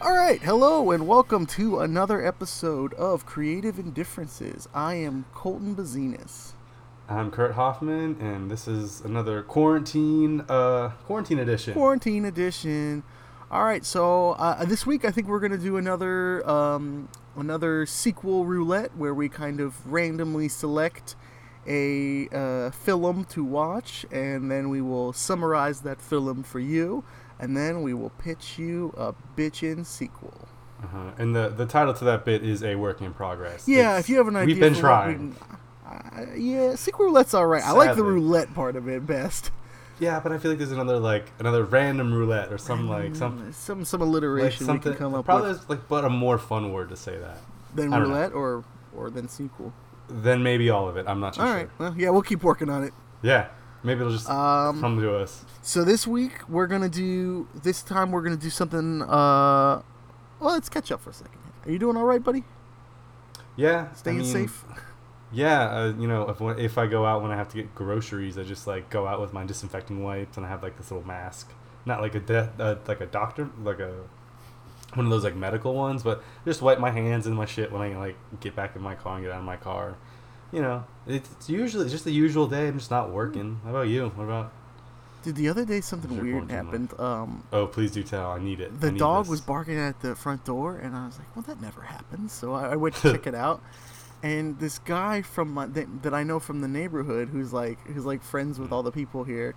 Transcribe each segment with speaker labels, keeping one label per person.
Speaker 1: All right, hello and welcome to another episode of Creative Indifferences. I am Colton Bazinas.
Speaker 2: I'm Kurt Hoffman, and this is another quarantine uh, quarantine edition.
Speaker 1: Quarantine edition. All right, so uh, this week I think we're gonna do another um, another sequel roulette where we kind of randomly select a uh, film to watch, and then we will summarize that film for you, and then we will pitch you a bitchin' sequel.
Speaker 2: uh-huh. And the the title to that bit is a work in progress.
Speaker 1: Yeah,
Speaker 2: It's-
Speaker 1: if you have an idea,
Speaker 2: we've been
Speaker 1: for what we
Speaker 2: trying.
Speaker 1: can- uh, yeah, sequel roulette's all right. I like the
Speaker 2: Sadly.
Speaker 1: roulette part of it best.
Speaker 2: Yeah, but I feel like there's another like another random roulette or some like some
Speaker 1: Mm, some some
Speaker 2: like
Speaker 1: alliteration we
Speaker 2: something
Speaker 1: can come up
Speaker 2: probably
Speaker 1: with
Speaker 2: is, like but a more fun word to say that.
Speaker 1: than
Speaker 2: I don't know.
Speaker 1: roulette or or than sequel.
Speaker 2: Then maybe all of it. I'm not too
Speaker 1: All
Speaker 2: sure.
Speaker 1: right, well, yeah, we'll keep working on it.
Speaker 2: Yeah, maybe it'll just
Speaker 1: Um,
Speaker 2: come to us.
Speaker 1: So this week we're gonna do this time we're gonna do something. Uh, well, let's catch up for a second. Are you doing all right, buddy?
Speaker 2: Yeah, I
Speaker 1: Staying
Speaker 2: mean,
Speaker 1: safe.
Speaker 2: Yeah, uh, you know, if when- if I go out when I have to get groceries, I just like go out with my disinfecting wipes and I have like this little mask, not like a de- uh, like a doctor, like a one of those like medical ones, but just wipe my hands and my shit when I like get back in my car and get out of my car. You know, it's, it's usually it's just the usual day. I'm just not
Speaker 1: Hmm.
Speaker 2: working. How about you? What about?
Speaker 1: Dude, the other day something
Speaker 2: Sure,
Speaker 1: weird
Speaker 2: quarantine life.
Speaker 1: happened. Um,
Speaker 2: Oh, please do tell. I need it. I
Speaker 1: the
Speaker 2: need
Speaker 1: dog
Speaker 2: this.
Speaker 1: was barking at the front door, and I was like, "Well, that never happens." So I, I went to check it out, and this guy from my, that, that I know from the neighborhood, who's like who's like friends with all the people here,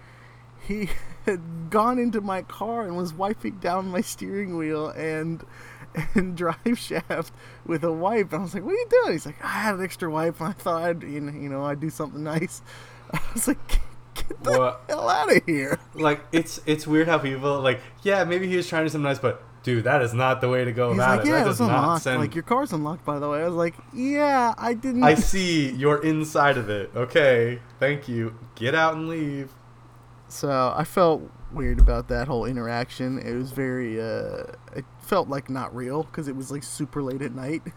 Speaker 1: he had gone into my car and was wiping down my steering wheel and and drive shaft with a wipe. And I was like, "What are you doing?" He's like, "I had an extra wipe, and I thought I'd you know, you know I'd do something nice." I was like, "Get, get the
Speaker 2: What?
Speaker 1: hell out of here!"
Speaker 2: like it's it's weird how people like yeah maybe he was trying to do something nice, but dude that is not the way to go
Speaker 1: He's
Speaker 2: about
Speaker 1: like,
Speaker 2: it.
Speaker 1: yeah,
Speaker 2: that
Speaker 1: it was
Speaker 2: does not
Speaker 1: unlocked.
Speaker 2: send
Speaker 1: Like your car's unlocked, by the way. I was like, yeah, I didn't.
Speaker 2: I see you're inside of it. Okay, thank you. Get out and leave.
Speaker 1: so I felt weird about that whole interaction. It was very, uh, it felt like not real because it was like super late at night.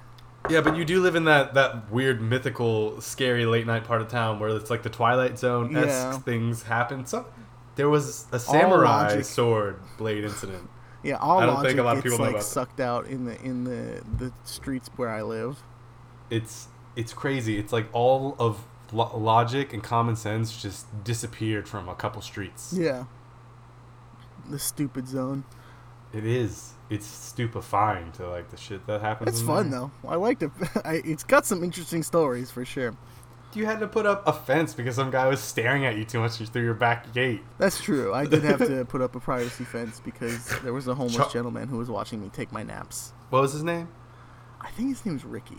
Speaker 2: Yeah, but you do live in that that weird mythical, scary late night part of town where it's like the Twilight Zone esque
Speaker 1: Yeah.
Speaker 2: things happen. So there was a samurai
Speaker 1: logic.
Speaker 2: sword blade incident.
Speaker 1: Yeah, all
Speaker 2: I don't
Speaker 1: logic
Speaker 2: think a lot of
Speaker 1: gets
Speaker 2: people know
Speaker 1: like
Speaker 2: about that.
Speaker 1: sucked out in the in the the streets where I live.
Speaker 2: It's it's crazy. It's like all of lo- logic and common sense just disappeared from a couple streets.
Speaker 1: Yeah, the stupid zone.
Speaker 2: It is. It's stupefying to like the shit that happens.
Speaker 1: It's
Speaker 2: in
Speaker 1: fun
Speaker 2: there.
Speaker 1: though. I liked it. I, it's got some interesting stories for sure.
Speaker 2: You had to put up a fence because some guy was staring at you too much through your back gate.
Speaker 1: That's true. I did have to put up a privacy fence because there was a homeless
Speaker 2: Chuck-
Speaker 1: gentleman who was watching me take my naps.
Speaker 2: What was his name?
Speaker 1: I think his name's Ricky.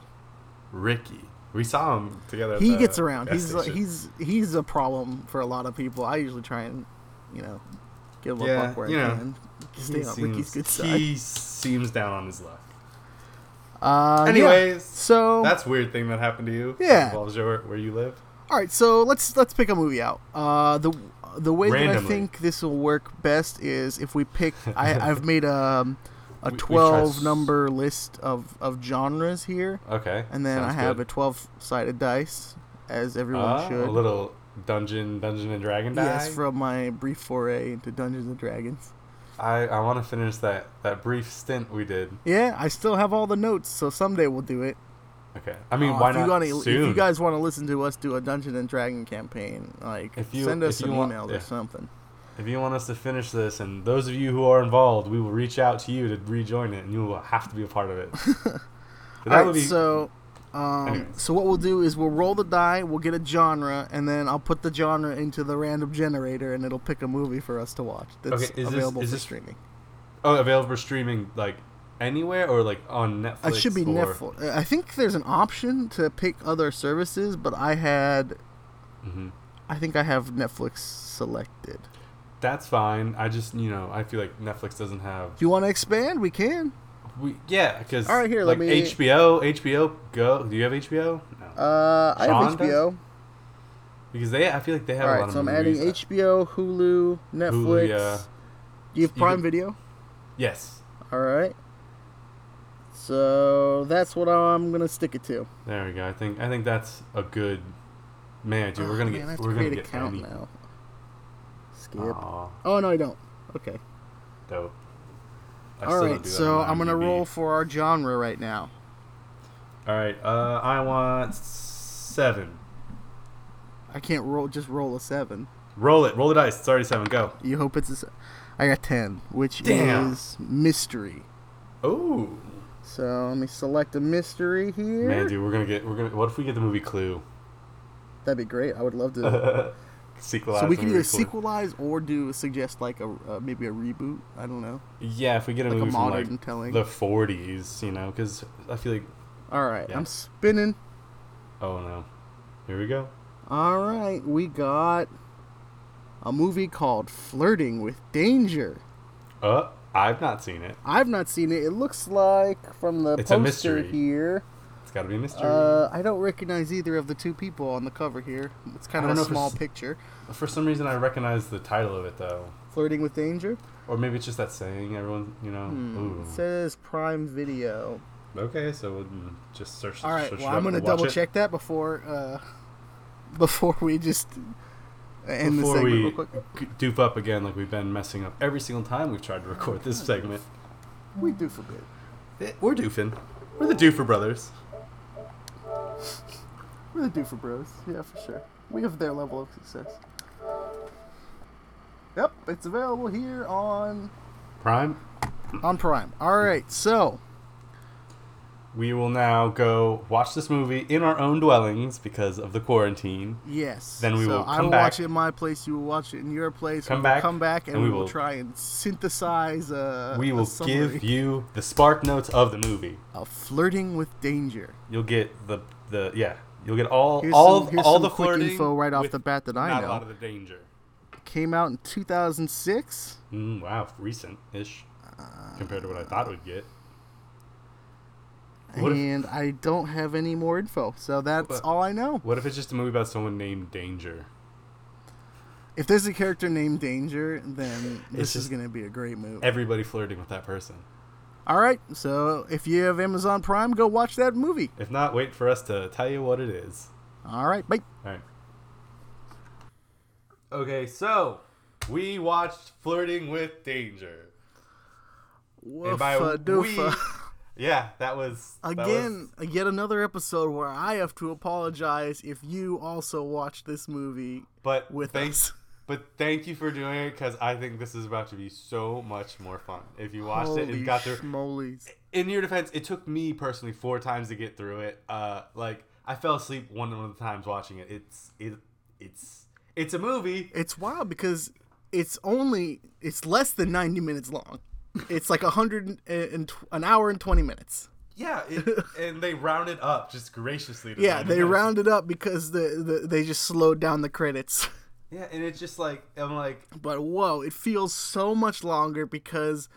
Speaker 2: Ricky. We saw him together. at
Speaker 1: He
Speaker 2: uh, the
Speaker 1: gets around.
Speaker 2: gas
Speaker 1: He's like,
Speaker 2: station.
Speaker 1: he's he's a problem for a lot of people. I usually try and you know give him
Speaker 2: Yeah,
Speaker 1: a buck where
Speaker 2: you
Speaker 1: I
Speaker 2: know,
Speaker 1: can. Stay on Ricky's good side.
Speaker 2: He seems down on his luck.
Speaker 1: Uh, yeah.
Speaker 2: Anyways,
Speaker 1: so
Speaker 2: That's weird thing that happened to you. that
Speaker 1: Yeah.
Speaker 2: Involves your where you live.
Speaker 1: all right, so let's let's pick a movie out. Uh, the the way that I
Speaker 2: Randomly.
Speaker 1: think this will work best is if we pick. I, I've made a um, a
Speaker 2: We- we've tried
Speaker 1: twelve
Speaker 2: s-
Speaker 1: number list of of genres here.
Speaker 2: Okay.
Speaker 1: And then I
Speaker 2: sounds
Speaker 1: have
Speaker 2: good.
Speaker 1: a 12 sided dice, as everyone
Speaker 2: Ah,
Speaker 1: should.
Speaker 2: a little dungeon, dungeon and dragon die.
Speaker 1: yes, from my brief foray into Dungeons and Dragons.
Speaker 2: I I want to finish that that brief stint we did.
Speaker 1: Yeah, I still have all the notes, so someday we'll do it.
Speaker 2: Okay. I mean,
Speaker 1: Uh,
Speaker 2: why
Speaker 1: if
Speaker 2: not
Speaker 1: you wanna-
Speaker 2: soon?
Speaker 1: If you guys want to listen to us do a Dungeon and Dragon campaign, like
Speaker 2: If you-
Speaker 1: send us
Speaker 2: if
Speaker 1: an
Speaker 2: you want-
Speaker 1: email
Speaker 2: yeah.
Speaker 1: or something.
Speaker 2: If you want us to finish this, and those of you who are involved, we will reach out to you to rejoin it, and you will have to be a part of it. That
Speaker 1: All right,
Speaker 2: would be-
Speaker 1: so. Um,
Speaker 2: Anyways.
Speaker 1: so what we'll do is we'll roll the die, we'll get a genre, and then I'll put the genre into the random generator, and it'll pick a movie for us to watch that's
Speaker 2: Okay, is this-
Speaker 1: available
Speaker 2: is
Speaker 1: for
Speaker 2: this
Speaker 1: streaming.
Speaker 2: Oh, available for streaming like anywhere or like on Netflix.
Speaker 1: It should be
Speaker 2: or...
Speaker 1: Netflix. I think there's an option to pick other services, but I had,
Speaker 2: Mhm.
Speaker 1: I think I have Netflix selected.
Speaker 2: That's fine. I just you know I feel like Netflix doesn't have
Speaker 1: If you want to expand, we can.
Speaker 2: we yeah because
Speaker 1: All right, here, let
Speaker 2: like
Speaker 1: me-
Speaker 2: HBO HBO Go. Do you have HBO? No,
Speaker 1: Uh, I have
Speaker 2: Sean does?
Speaker 1: HBO.
Speaker 2: because they I feel like they have
Speaker 1: All
Speaker 2: a lot
Speaker 1: right,
Speaker 2: of
Speaker 1: so I'm adding
Speaker 2: movies.
Speaker 1: HBO, Hulu, Netflix.
Speaker 2: yeah.
Speaker 1: Do you have
Speaker 2: You
Speaker 1: Prime
Speaker 2: could-
Speaker 1: Video?
Speaker 2: Yes,
Speaker 1: All right. So that's what I'm gonna stick it to.
Speaker 2: there we go. I think I think that's a good man, dude. We're
Speaker 1: Oh,
Speaker 2: gonna
Speaker 1: man, I have
Speaker 2: get
Speaker 1: to
Speaker 2: we're gonna
Speaker 1: create
Speaker 2: get
Speaker 1: a count
Speaker 2: tiny.
Speaker 1: now. Skip.
Speaker 2: Aw,
Speaker 1: Oh no, I don't. Okay.
Speaker 2: dope. I
Speaker 1: All
Speaker 2: still don't
Speaker 1: right,
Speaker 2: do that
Speaker 1: so
Speaker 2: on
Speaker 1: I'm gonna
Speaker 2: IMDb.
Speaker 1: roll for our genre right now.
Speaker 2: All right, uh, I want seven.
Speaker 1: I can't roll just roll a seven.
Speaker 2: Roll it. Roll the dice. It's already seven. Go.
Speaker 1: You hope it's a. Se- I got ten, which
Speaker 2: Damn.
Speaker 1: is mystery.
Speaker 2: Oh,
Speaker 1: So let me select a mystery here.
Speaker 2: man, dude, we're gonna get. We're gonna. What if we get the movie Clue?
Speaker 1: That'd be great. I would love to.
Speaker 2: sequel.
Speaker 1: so we can either sequelize or do suggest like a uh, maybe a reboot. I don't know,
Speaker 2: Yeah, if we get a
Speaker 1: like a
Speaker 2: movie from
Speaker 1: modern
Speaker 2: like
Speaker 1: telling.
Speaker 2: the forties, you know, because I feel like.
Speaker 1: All right,
Speaker 2: yeah.
Speaker 1: I'm spinning.
Speaker 2: Oh no, here we go.
Speaker 1: All right, we got a movie called Flirting with Danger.
Speaker 2: Uh, I've not seen it.
Speaker 1: I've not seen it. It looks like from the
Speaker 2: It's a
Speaker 1: poster
Speaker 2: mystery.
Speaker 1: here.
Speaker 2: It's got to be a mystery.
Speaker 1: Uh, I don't recognize either of the two people on the cover here. It's kind
Speaker 2: I
Speaker 1: of
Speaker 2: don't know
Speaker 1: a
Speaker 2: if
Speaker 1: small
Speaker 2: it's-
Speaker 1: picture.
Speaker 2: For some reason, I recognize the title of it though,
Speaker 1: Flirting with Danger.
Speaker 2: or maybe it's just that saying everyone, you know.
Speaker 1: Hmm.
Speaker 2: Ooh.
Speaker 1: It says Prime Video.
Speaker 2: Okay, so we'll mm, just search.
Speaker 1: All right.
Speaker 2: search
Speaker 1: Well,
Speaker 2: it up
Speaker 1: I'm gonna
Speaker 2: and watch
Speaker 1: double
Speaker 2: it.
Speaker 1: check that before uh, before we just end
Speaker 2: Before
Speaker 1: the segment
Speaker 2: we
Speaker 1: real quick.
Speaker 2: g- doof up again, like we've been messing up every single time we've tried to record this
Speaker 1: Oh,
Speaker 2: segment.
Speaker 1: We do forbid.
Speaker 2: Eh, We're doofing. We're the doofer brothers.
Speaker 1: We're the do for bros. Yeah, for sure. We have their level of success. Yep, it's available here on
Speaker 2: Prime.
Speaker 1: on Prime. All right. So
Speaker 2: We will now go watch this movie in our own dwellings because of the quarantine.
Speaker 1: yes.
Speaker 2: Then we
Speaker 1: so
Speaker 2: will
Speaker 1: I
Speaker 2: come
Speaker 1: will watch
Speaker 2: back.
Speaker 1: it in my place. You will watch it in your place.
Speaker 2: Come
Speaker 1: we will
Speaker 2: back,
Speaker 1: Come back, and, we will try and synthesize. Uh,
Speaker 2: we
Speaker 1: a
Speaker 2: will
Speaker 1: summary
Speaker 2: give you the spark notes of the movie.
Speaker 1: of flirting with danger.
Speaker 2: You'll get the the yeah. You'll get all
Speaker 1: Here's
Speaker 2: all
Speaker 1: some, here's
Speaker 2: all
Speaker 1: some
Speaker 2: the
Speaker 1: quick
Speaker 2: flirting
Speaker 1: info right off
Speaker 2: with
Speaker 1: the bat that I
Speaker 2: not a
Speaker 1: know.
Speaker 2: lot of the danger.
Speaker 1: Came out in 2006.
Speaker 2: Mm, wow, recent ish compared to what I thought we'd get. What if-
Speaker 1: and I don't have any more info, so that's
Speaker 2: What-
Speaker 1: all I know.
Speaker 2: What if it's just a movie about someone named Danger?
Speaker 1: If there's a character named Danger, then this is
Speaker 2: just-
Speaker 1: going to be a great movie.
Speaker 2: Everybody flirting with that person.
Speaker 1: all right, so if you have Amazon Prime, go watch that movie.
Speaker 2: If not, wait for us to tell you what it is.
Speaker 1: All right, bye.
Speaker 2: All right. Okay, so we watched Flirting with Danger. by
Speaker 1: Woofa doofa.
Speaker 2: Yeah, that was that was-
Speaker 1: Again, yet another episode where I have to apologize if you also watched this movie
Speaker 2: but
Speaker 1: with
Speaker 2: thanks,
Speaker 1: us.
Speaker 2: but thank you for doing it because I think this is about to be so much more fun. If you watched it
Speaker 1: Holy
Speaker 2: and got through,
Speaker 1: schmolies.
Speaker 2: in your defense, it took me personally four times to get through it. Uh, like I fell asleep one of the times watching it. It's it it's it's a movie.
Speaker 1: It's wild because it's only it's less than 90 minutes long. It's like a 100 and tw- an hour and 20 minutes.
Speaker 2: Yeah, it, and they rounded up just graciously. To
Speaker 1: Yeah,
Speaker 2: 90
Speaker 1: they
Speaker 2: minutes.
Speaker 1: rounded up because the, the they just slowed down the credits.
Speaker 2: Yeah, and it's just like I'm like
Speaker 1: But whoa, it feels so much longer because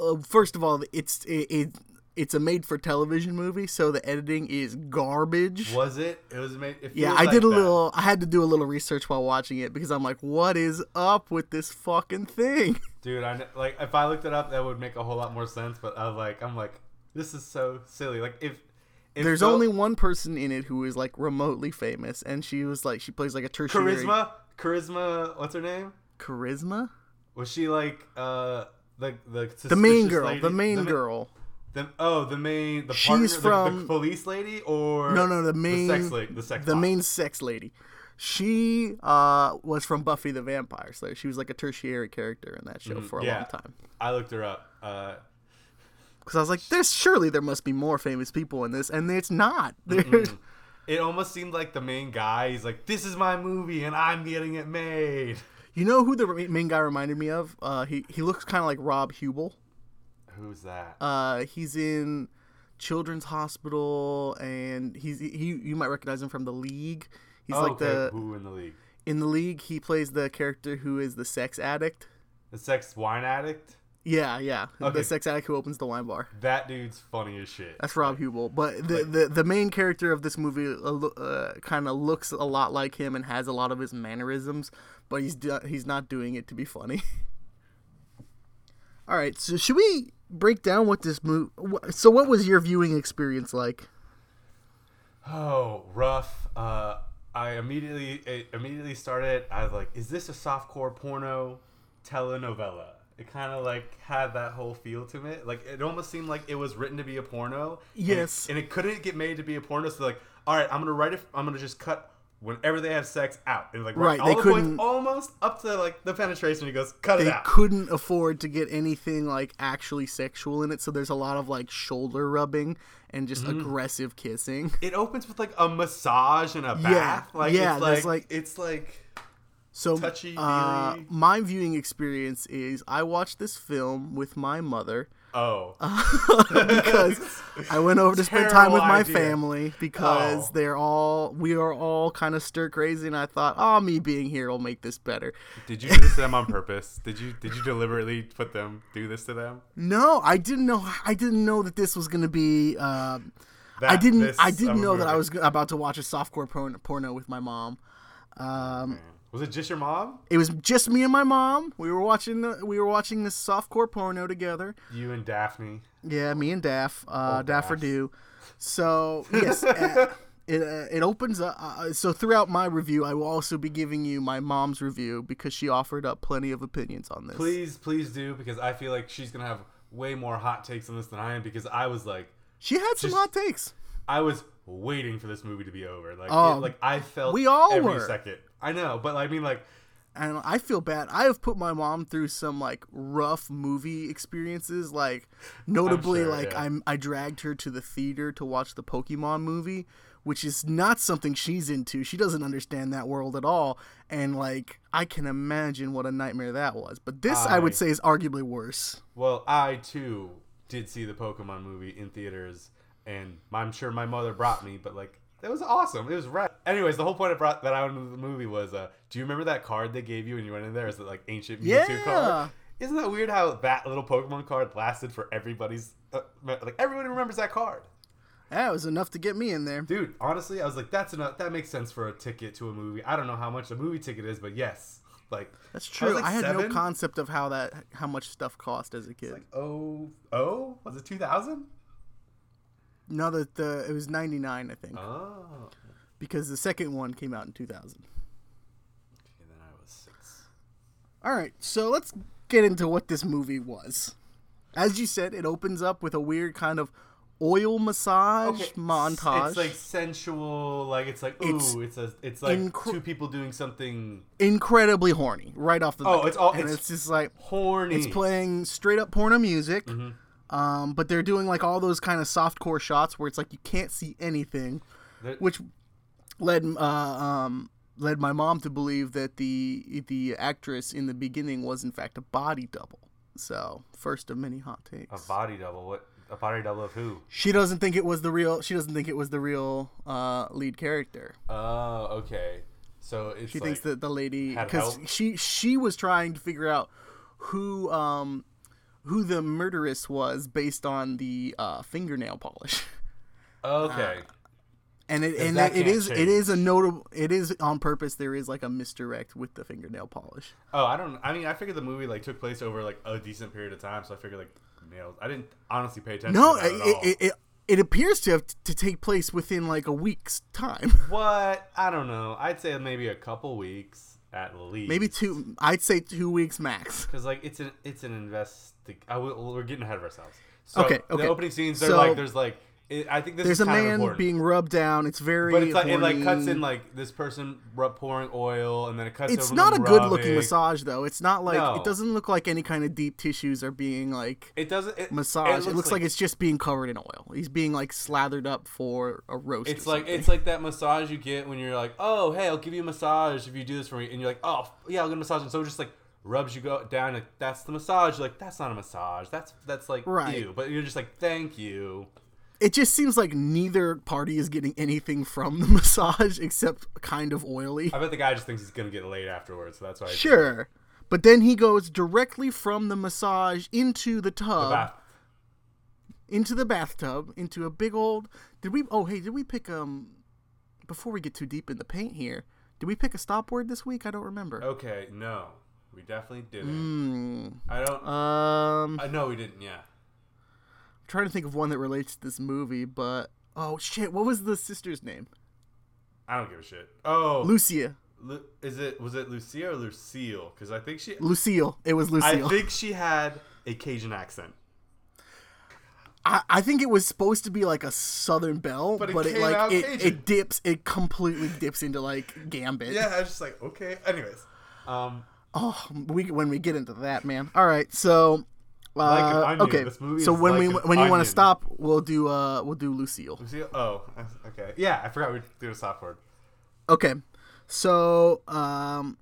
Speaker 1: uh, first of all, it's it, it it's a made for television movie, so the editing is garbage.
Speaker 2: Was it? It was made. It
Speaker 1: Yeah,
Speaker 2: feels
Speaker 1: I
Speaker 2: like
Speaker 1: did a
Speaker 2: that.
Speaker 1: little. I had to do a little research while watching it because I'm like, what is up with this fucking thing?
Speaker 2: dude. I kn- like if I looked it up, that would make a whole lot more sense. But I was like, I'm like, this is so silly. Like if, if
Speaker 1: There's
Speaker 2: Bill-
Speaker 1: only one person in it who is like remotely famous, and she was like, she plays like a tertiary
Speaker 2: charisma, charisma. What's her name?
Speaker 1: Charisma,
Speaker 2: Was she like uh the the
Speaker 1: the main girl, the main girl.
Speaker 2: The, oh, the main the
Speaker 1: She's
Speaker 2: partner, the- the,
Speaker 1: from-
Speaker 2: police lady or
Speaker 1: No, no, the main,
Speaker 2: sex lady, the sex bot.
Speaker 1: main sex lady. She uh, was from Buffy the Vampire Slayer. She was like a tertiary character in that show for a
Speaker 2: Mm, yeah.
Speaker 1: long time.
Speaker 2: I looked her up. Uh,
Speaker 1: Because I was like, there's surely there must be more famous people in this, and it's not. There's,
Speaker 2: it almost seemed like the main guy. He's like, this is my movie and I'm getting it made.
Speaker 1: you know who the re- main guy reminded me of? Uh, he he looks kind of like Rob Hubel.
Speaker 2: Who's that?
Speaker 1: Uh, he's in Children's Hospital, and he's he you might recognize him from The League. He's
Speaker 2: oh,
Speaker 1: like
Speaker 2: okay.
Speaker 1: the
Speaker 2: who in the league?
Speaker 1: in The League. He plays the character who is the sex addict.
Speaker 2: The sex wine addict?
Speaker 1: Yeah, yeah,
Speaker 2: Okay.
Speaker 1: the sex addict who opens the wine bar.
Speaker 2: That dude's funny as shit.
Speaker 1: That's Rob Hubel, but the, the the main character of this movie uh, lo- uh, kind of looks a lot like him and has a lot of his mannerisms, but he's do- he's not doing it to be funny. All right, so should we break down what this movie? So, what was your viewing experience like?
Speaker 2: Oh, rough. Uh, I immediately it immediately started. I was like, "Is this a softcore porno telenovela?" It kind of like had that whole feel to it. Like it almost seemed like it was written to be a porno. and it-
Speaker 1: Yes.
Speaker 2: And it, couldn't get made to be a porno. So like, all right, I'm gonna write it. I'm gonna just cut whenever they have sex out. And like,
Speaker 1: Right,
Speaker 2: all
Speaker 1: they
Speaker 2: the
Speaker 1: couldn't-
Speaker 2: Points almost up to like the penetration. He goes, cut it
Speaker 1: they
Speaker 2: out.
Speaker 1: couldn't afford to get anything like actually sexual in it, so there's a lot of like shoulder rubbing and just
Speaker 2: Mm-hmm.
Speaker 1: aggressive kissing.
Speaker 2: It opens with like a massage and a
Speaker 1: Yeah,
Speaker 2: bath. Like,
Speaker 1: yeah,
Speaker 2: It's
Speaker 1: there's,
Speaker 2: like,
Speaker 1: like-
Speaker 2: it's like
Speaker 1: So
Speaker 2: Touchy,
Speaker 1: uh,
Speaker 2: feely.
Speaker 1: my viewing experience is I watched this film with my mother
Speaker 2: oh
Speaker 1: because I went over to spend time
Speaker 2: Terrible
Speaker 1: with my
Speaker 2: idea.
Speaker 1: family because
Speaker 2: Oh.
Speaker 1: they're all we are all kind of stir crazy, and I thought, oh, me being here will make this better.
Speaker 2: Did you do this to them on purpose? Did you did you deliberately put them do this to them?
Speaker 1: No, I didn't know. I didn't know that this was going to be. Um, I
Speaker 2: That-
Speaker 1: didn't.
Speaker 2: this
Speaker 1: I didn't
Speaker 2: of a
Speaker 1: know that I
Speaker 2: movie.
Speaker 1: was g- about to watch a softcore porn- porno with my mom. Um,
Speaker 2: Was it just your mom?
Speaker 1: It was just me and my mom. We were watching. The, we were watching this softcore porno together.
Speaker 2: You and Daphne.
Speaker 1: Yeah, me and Daff, uh,
Speaker 2: Old
Speaker 1: Daff or
Speaker 2: Oh, Daff.
Speaker 1: Do. So yes, uh, it uh, it opens up. Uh, so throughout my review, I will also be giving you my mom's review because she offered up plenty of opinions on this.
Speaker 2: Please, please do because I feel like she's gonna have way more hot takes on this than I am because I was like,
Speaker 1: She had some
Speaker 2: Just-
Speaker 1: hot takes.
Speaker 2: I was waiting for this movie to be over. Like, it-
Speaker 1: Oh,
Speaker 2: like I felt
Speaker 1: we all
Speaker 2: every
Speaker 1: were.
Speaker 2: second. I know, but I mean, like,
Speaker 1: and I feel bad. I have put my mom through some like rough movie experiences, like notably,
Speaker 2: sure,
Speaker 1: like
Speaker 2: yeah.
Speaker 1: I'm I dragged her to the theater to watch the Pokemon movie, which is not something she's into. She doesn't understand that world at all, and like I can imagine what a nightmare that was. But this, I, would
Speaker 2: I-
Speaker 1: say, is arguably worse.
Speaker 2: well, I too did see the Pokemon movie in theaters, and I'm sure my mother brought me, but like. It was awesome. It was right. Anyways, the whole point I brought that I went to the movie was, uh, do you remember that card they gave you when you went in there? Is it like ancient Mewtwo card?
Speaker 1: Yeah,
Speaker 2: Isn't that weird how that little Pokemon card lasted for everybody's uh, like everybody remembers that card.
Speaker 1: that was enough to get me in there.
Speaker 2: Dude, honestly, I was like that's enough that makes sense for a ticket to a movie. I don't know how much a movie ticket is, but yes. Like
Speaker 1: That's
Speaker 2: was,
Speaker 1: true. I,
Speaker 2: like,
Speaker 1: had no
Speaker 2: seven.
Speaker 1: concept of how that how much stuff cost as a kid.
Speaker 2: like oh oh was it 2000?
Speaker 1: no, that the it was ninety nine, I think,
Speaker 2: Oh.
Speaker 1: because the second one came out in two thousand.
Speaker 2: And then I was 6.
Speaker 1: All right, so let's get into what this movie was. As you said, it opens up with a weird kind of oil massage montage.
Speaker 2: It's like sensual, like it's like ooh,
Speaker 1: It's
Speaker 2: it's, a it's like
Speaker 1: incre-
Speaker 2: two people doing something
Speaker 1: incredibly horny right off the
Speaker 2: Oh,
Speaker 1: bat.
Speaker 2: it's all-
Speaker 1: and it's,
Speaker 2: it's-
Speaker 1: just like
Speaker 2: horny.
Speaker 1: it's playing straight up porno music.
Speaker 2: Mm-hmm.
Speaker 1: Um, but they're doing like all those kind of softcore shots where it's like you can't see anything,
Speaker 2: There-
Speaker 1: which led uh, um, led my mom to believe that the the actress in the beginning was in fact a body double. So first of many hot takes.
Speaker 2: a body double. What a body double of who?
Speaker 1: she doesn't think it was the real she doesn't think it was the real uh, lead character
Speaker 2: Oh, okay. So it's
Speaker 1: she thinks that the lady
Speaker 2: had
Speaker 1: because
Speaker 2: help?
Speaker 1: she she was trying to figure out who um who the murderess was based on the uh, fingernail polish
Speaker 2: okay.
Speaker 1: uh, and it and
Speaker 2: that
Speaker 1: it
Speaker 2: can't
Speaker 1: is it is a notable it is on purpose there is like a misdirect with the fingernail polish
Speaker 2: Oh, I don't. I mean, I figured the movie like took place over like a decent period of time, so I figured like nails. I didn't honestly pay attention.
Speaker 1: no
Speaker 2: to
Speaker 1: it
Speaker 2: that at all.
Speaker 1: it, it it appears to have t- to take place within like a week's time
Speaker 2: what I don't know. I'd say maybe a couple weeks at least.
Speaker 1: maybe two i'd say two weeks max
Speaker 2: because like it's an it's an investig. I will, we're getting ahead of ourselves. So,
Speaker 1: Okay, okay.
Speaker 2: The opening scenes, they're
Speaker 1: So-
Speaker 2: like there's like it, I think this
Speaker 1: there's
Speaker 2: is
Speaker 1: a
Speaker 2: kind of
Speaker 1: man
Speaker 2: important.
Speaker 1: being rubbed down it's very
Speaker 2: But it's like it like
Speaker 1: horny.
Speaker 2: cuts in like this person rub pouring oil, and then it cuts.
Speaker 1: it's
Speaker 2: over
Speaker 1: not a
Speaker 2: them
Speaker 1: good looking
Speaker 2: rubbing.
Speaker 1: massage though. It's not like
Speaker 2: No.
Speaker 1: it doesn't look like any kind of deep tissues are being like
Speaker 2: It doesn't it,
Speaker 1: massaged. It looks, like, it's just being covered in oil. He's being like slathered up for a roast.
Speaker 2: It's like it's like that massage you get when you're like, oh hey, I'll give you a massage if you do this for me, and you're like, oh f- yeah, I'll get a massage, and so it just like rubs you go down, like that's the massage. You're like that's not a massage, that's that's like
Speaker 1: Right.
Speaker 2: you, but you're just like thank you.
Speaker 1: it just seems like neither party is getting anything from the massage except kind of oily.
Speaker 2: I bet the guy just thinks he's gonna get laid afterwards, so that's why.
Speaker 1: Sure. But then he goes directly from the massage into the tub,
Speaker 2: Bath.
Speaker 1: into the bathtub, into a big old. Did we? Oh, hey, did we pick um? Before we get too deep in the paint here, did we pick a stop word this week? I don't remember.
Speaker 2: Okay, no, we definitely didn't. I don't.
Speaker 1: Hmm. Um, I'm
Speaker 2: I know we didn't. Yeah.
Speaker 1: trying to think of one that relates to this movie, but oh shit, what was the sister's name?
Speaker 2: I don't give a shit. Oh,
Speaker 1: Lucia.
Speaker 2: Lu- is it was it Lucia or Lucille? Because I think she.
Speaker 1: Lucille. It was Lucille.
Speaker 2: I think she had a Cajun accent.
Speaker 1: I, I think it was supposed to be like a Southern Belle,
Speaker 2: But
Speaker 1: but
Speaker 2: it
Speaker 1: it,
Speaker 2: came out
Speaker 1: like it,
Speaker 2: Cajun.
Speaker 1: it dips, it completely dips into like Gambit.
Speaker 2: Yeah, I was just like, okay. Anyways, um,
Speaker 1: Oh, we when we get into that, man. All right, so uh,
Speaker 2: Like an onion.
Speaker 1: okay,
Speaker 2: This movie
Speaker 1: so
Speaker 2: is
Speaker 1: when
Speaker 2: like
Speaker 1: we
Speaker 2: an
Speaker 1: when you want
Speaker 2: onion.
Speaker 1: to stop, we'll do uh we'll do Lucille.
Speaker 2: Lucille. Oh, I- okay. Yeah, I forgot we did a soft word.
Speaker 1: Okay, so um,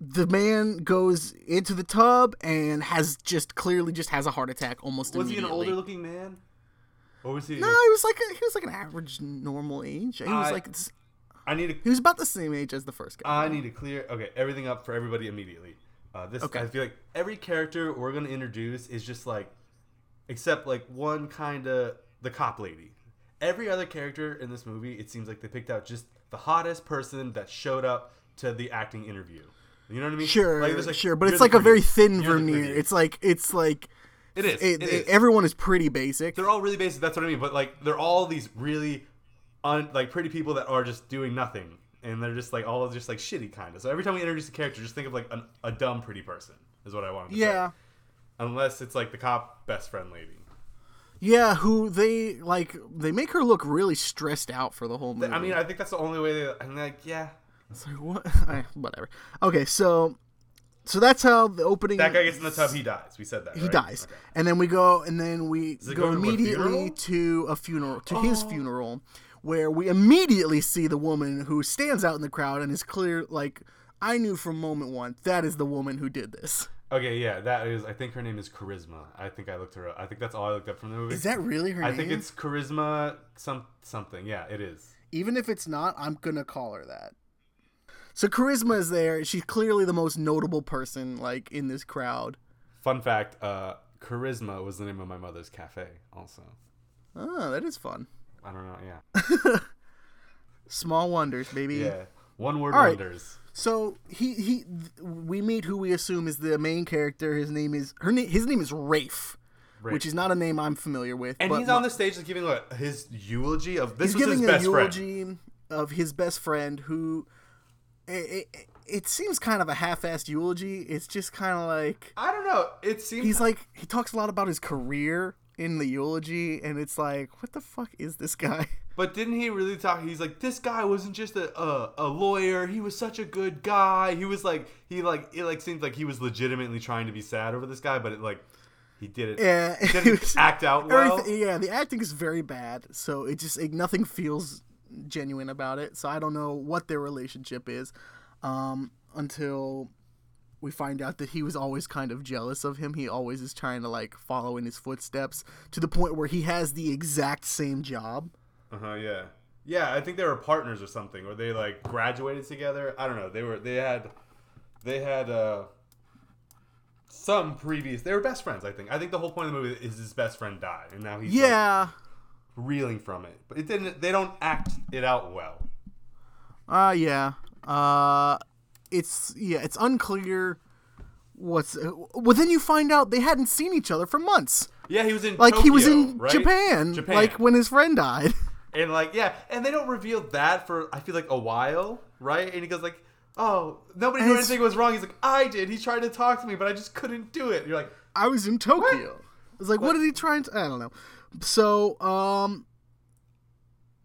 Speaker 1: the man goes into the tub and has just clearly just has a heart attack almost
Speaker 2: Was he an
Speaker 1: immediately.
Speaker 2: older looking man? Or was he?
Speaker 1: No, he was like a, he was like an average normal age. He was
Speaker 2: I-
Speaker 1: like s-
Speaker 2: I need to
Speaker 1: he was about the same age as the first guy.
Speaker 2: I need to clear okay everything up for everybody immediately. Uh, this
Speaker 1: Okay.
Speaker 2: I feel like every character we're gonna introduce is just like, except like one kind of the cop lady. Every other character in this movie, it seems like they picked out just the hottest person that showed up to the acting interview. You know what I mean?
Speaker 1: Sure,
Speaker 2: there's,
Speaker 1: sure, but
Speaker 2: you're
Speaker 1: it's
Speaker 2: the
Speaker 1: like a very
Speaker 2: prettiest.
Speaker 1: thin
Speaker 2: You're the
Speaker 1: veneer.
Speaker 2: prettiest.
Speaker 1: It's like it's like
Speaker 2: it is.
Speaker 1: it,
Speaker 2: it
Speaker 1: it-
Speaker 2: is.
Speaker 1: everyone is pretty basic.
Speaker 2: they're all really basic. That's what I mean. But like, they're all these really, un, like pretty people that are just doing nothing, and they're just like all just like shitty kind of. So every time we introduce a character, just think of like an, a dumb pretty person is what I wanted. To say.
Speaker 1: Yeah,
Speaker 2: Unless it's like the cop best friend lady.
Speaker 1: yeah. Who they like? They make her look really stressed out for the whole movie.
Speaker 2: I mean, I think that's the only way. They, I'm like, yeah,
Speaker 1: it's like what? I- whatever. Okay, so so that's how the opening.
Speaker 2: that guy gets in the tub, he dies. We said that.
Speaker 1: He dies, and then we go, and then we
Speaker 2: it
Speaker 1: go
Speaker 2: going to a funeral?
Speaker 1: immediately to a funeral, to his funeral, where we immediately see the woman who stands out in the crowd and is clear. Like I knew from moment one, that is the woman who did this.
Speaker 2: Okay, yeah, that is. I think her name is Charisma. I think I looked her up. I think that's all I looked up from the movie.
Speaker 1: Is that really her
Speaker 2: I
Speaker 1: name?
Speaker 2: think it's Charisma some something. Yeah, it is.
Speaker 1: Even if it's not, I'm gonna call her that. So charisma is there. She's clearly the most notable person like in this crowd.
Speaker 2: Fun fact: uh, Charisma was the name of my mother's cafe. Also,
Speaker 1: Oh, that is fun.
Speaker 2: I don't know. Yeah,
Speaker 1: Small wonders, baby.
Speaker 2: yeah. One word
Speaker 1: right.
Speaker 2: wonders.
Speaker 1: So he he th- we meet who we assume is the main character. His name is her name. His name is Rafe, which is not a name I'm familiar with.
Speaker 2: And
Speaker 1: but
Speaker 2: he's on
Speaker 1: my-
Speaker 2: the stage like, giving like, his eulogy of this
Speaker 1: he's
Speaker 2: was
Speaker 1: giving
Speaker 2: his
Speaker 1: a
Speaker 2: best friend.
Speaker 1: eulogy of his best friend who. It, it, it seems kind of a half-assed eulogy. It's just kind of like
Speaker 2: I don't know. It seems
Speaker 1: he's like he talks a lot about his career in the eulogy and it's like what the fuck is this guy
Speaker 2: But didn't he really talk? He's like, this guy wasn't just a, a a lawyer. He was such a good guy. He was like, he like it like seems like he was legitimately trying to be sad over this guy, but it like he did it.
Speaker 1: yeah
Speaker 2: he
Speaker 1: it
Speaker 2: didn't
Speaker 1: was-
Speaker 2: act out well.
Speaker 1: everything- yeah the acting is very bad so it just it, nothing feels genuine about it so i don't know what their relationship is um, until we find out that he was always kind of jealous of him he always is trying to like follow in his footsteps to the point where he has the exact same job
Speaker 2: Uh huh. Yeah. Yeah. I think they were partners or something, or they like graduated together. I don't know. They were. They had. They had. uh some previous they were best friends i think i think the whole point of the movie is his best friend died and now he's like,
Speaker 1: yeah
Speaker 2: reeling from it but it didn't they don't act it out well
Speaker 1: Uh yeah. Uh it's yeah, it's unclear what's well then you find out they hadn't seen each other for months.
Speaker 2: Yeah, he was in
Speaker 1: Like he was
Speaker 2: Tokyo,
Speaker 1: in
Speaker 2: right?
Speaker 1: Japan,
Speaker 2: Japan,
Speaker 1: like when his friend died.
Speaker 2: and like yeah, and they don't reveal that for I feel like a while, right? And he goes like, "Oh, nobody knew
Speaker 1: it's-
Speaker 2: anything was wrong." He's like, "I did." He tried to talk to me, but I just couldn't do it. You're like,
Speaker 1: I was in Tokyo. I was like, what? did he try and I don't know. So, um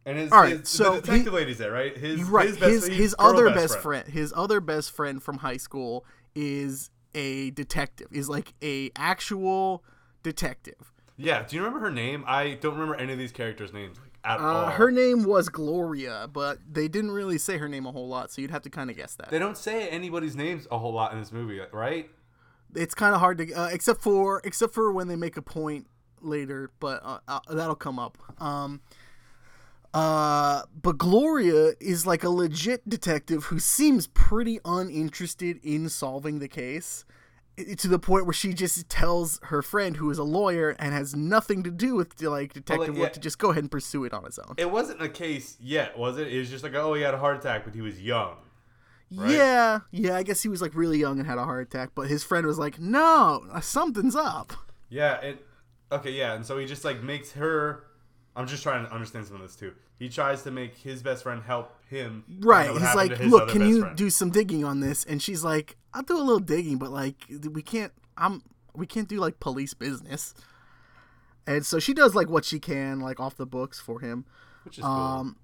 Speaker 2: and his,
Speaker 1: All right,
Speaker 2: his
Speaker 1: so
Speaker 2: the detective
Speaker 1: he-
Speaker 2: lady's there, right? His
Speaker 1: you're right,
Speaker 2: his
Speaker 1: his
Speaker 2: best,
Speaker 1: his,
Speaker 2: girl
Speaker 1: other best, friend. his other best friend from high school is a detective. Is like a actual detective.
Speaker 2: Yeah, do you remember her name? I don't remember any of these characters' names like, at all.
Speaker 1: Uh, her name was Gloria, but they didn't really say her name a whole lot, so you'd have to kind of guess that.
Speaker 2: They don't say anybody's names a whole lot in this movie, right?
Speaker 1: it's kind of hard to uh, except for except for when they make a point later but uh, uh, that'll come up um uh but gloria is like a legit detective who seems pretty uninterested in solving the case i- to the point where she just tells her friend who is a lawyer and has nothing to do with like detective
Speaker 2: yeah.
Speaker 1: work to just go ahead and pursue it on his own
Speaker 2: It wasn't a case yet, was it? It was just like, oh, he had a heart attack, but he was young. right?
Speaker 1: yeah yeah i guess he was like really young and had a heart attack but his friend was like no something's up
Speaker 2: Yeah, it okay, yeah, and so he just like makes her I'm just trying to understand some of this too. He tries to make his best friend help him. find out
Speaker 1: Right.
Speaker 2: what
Speaker 1: He's
Speaker 2: happened to
Speaker 1: like,
Speaker 2: his
Speaker 1: look,
Speaker 2: other
Speaker 1: can
Speaker 2: best
Speaker 1: you
Speaker 2: friend."
Speaker 1: do some digging on this? And she's like, I'll do a little digging, but like, we can't. I'm. We can't do like police business. And so she does like what she can, like off the books for him.
Speaker 3: Which is cool.
Speaker 1: Um,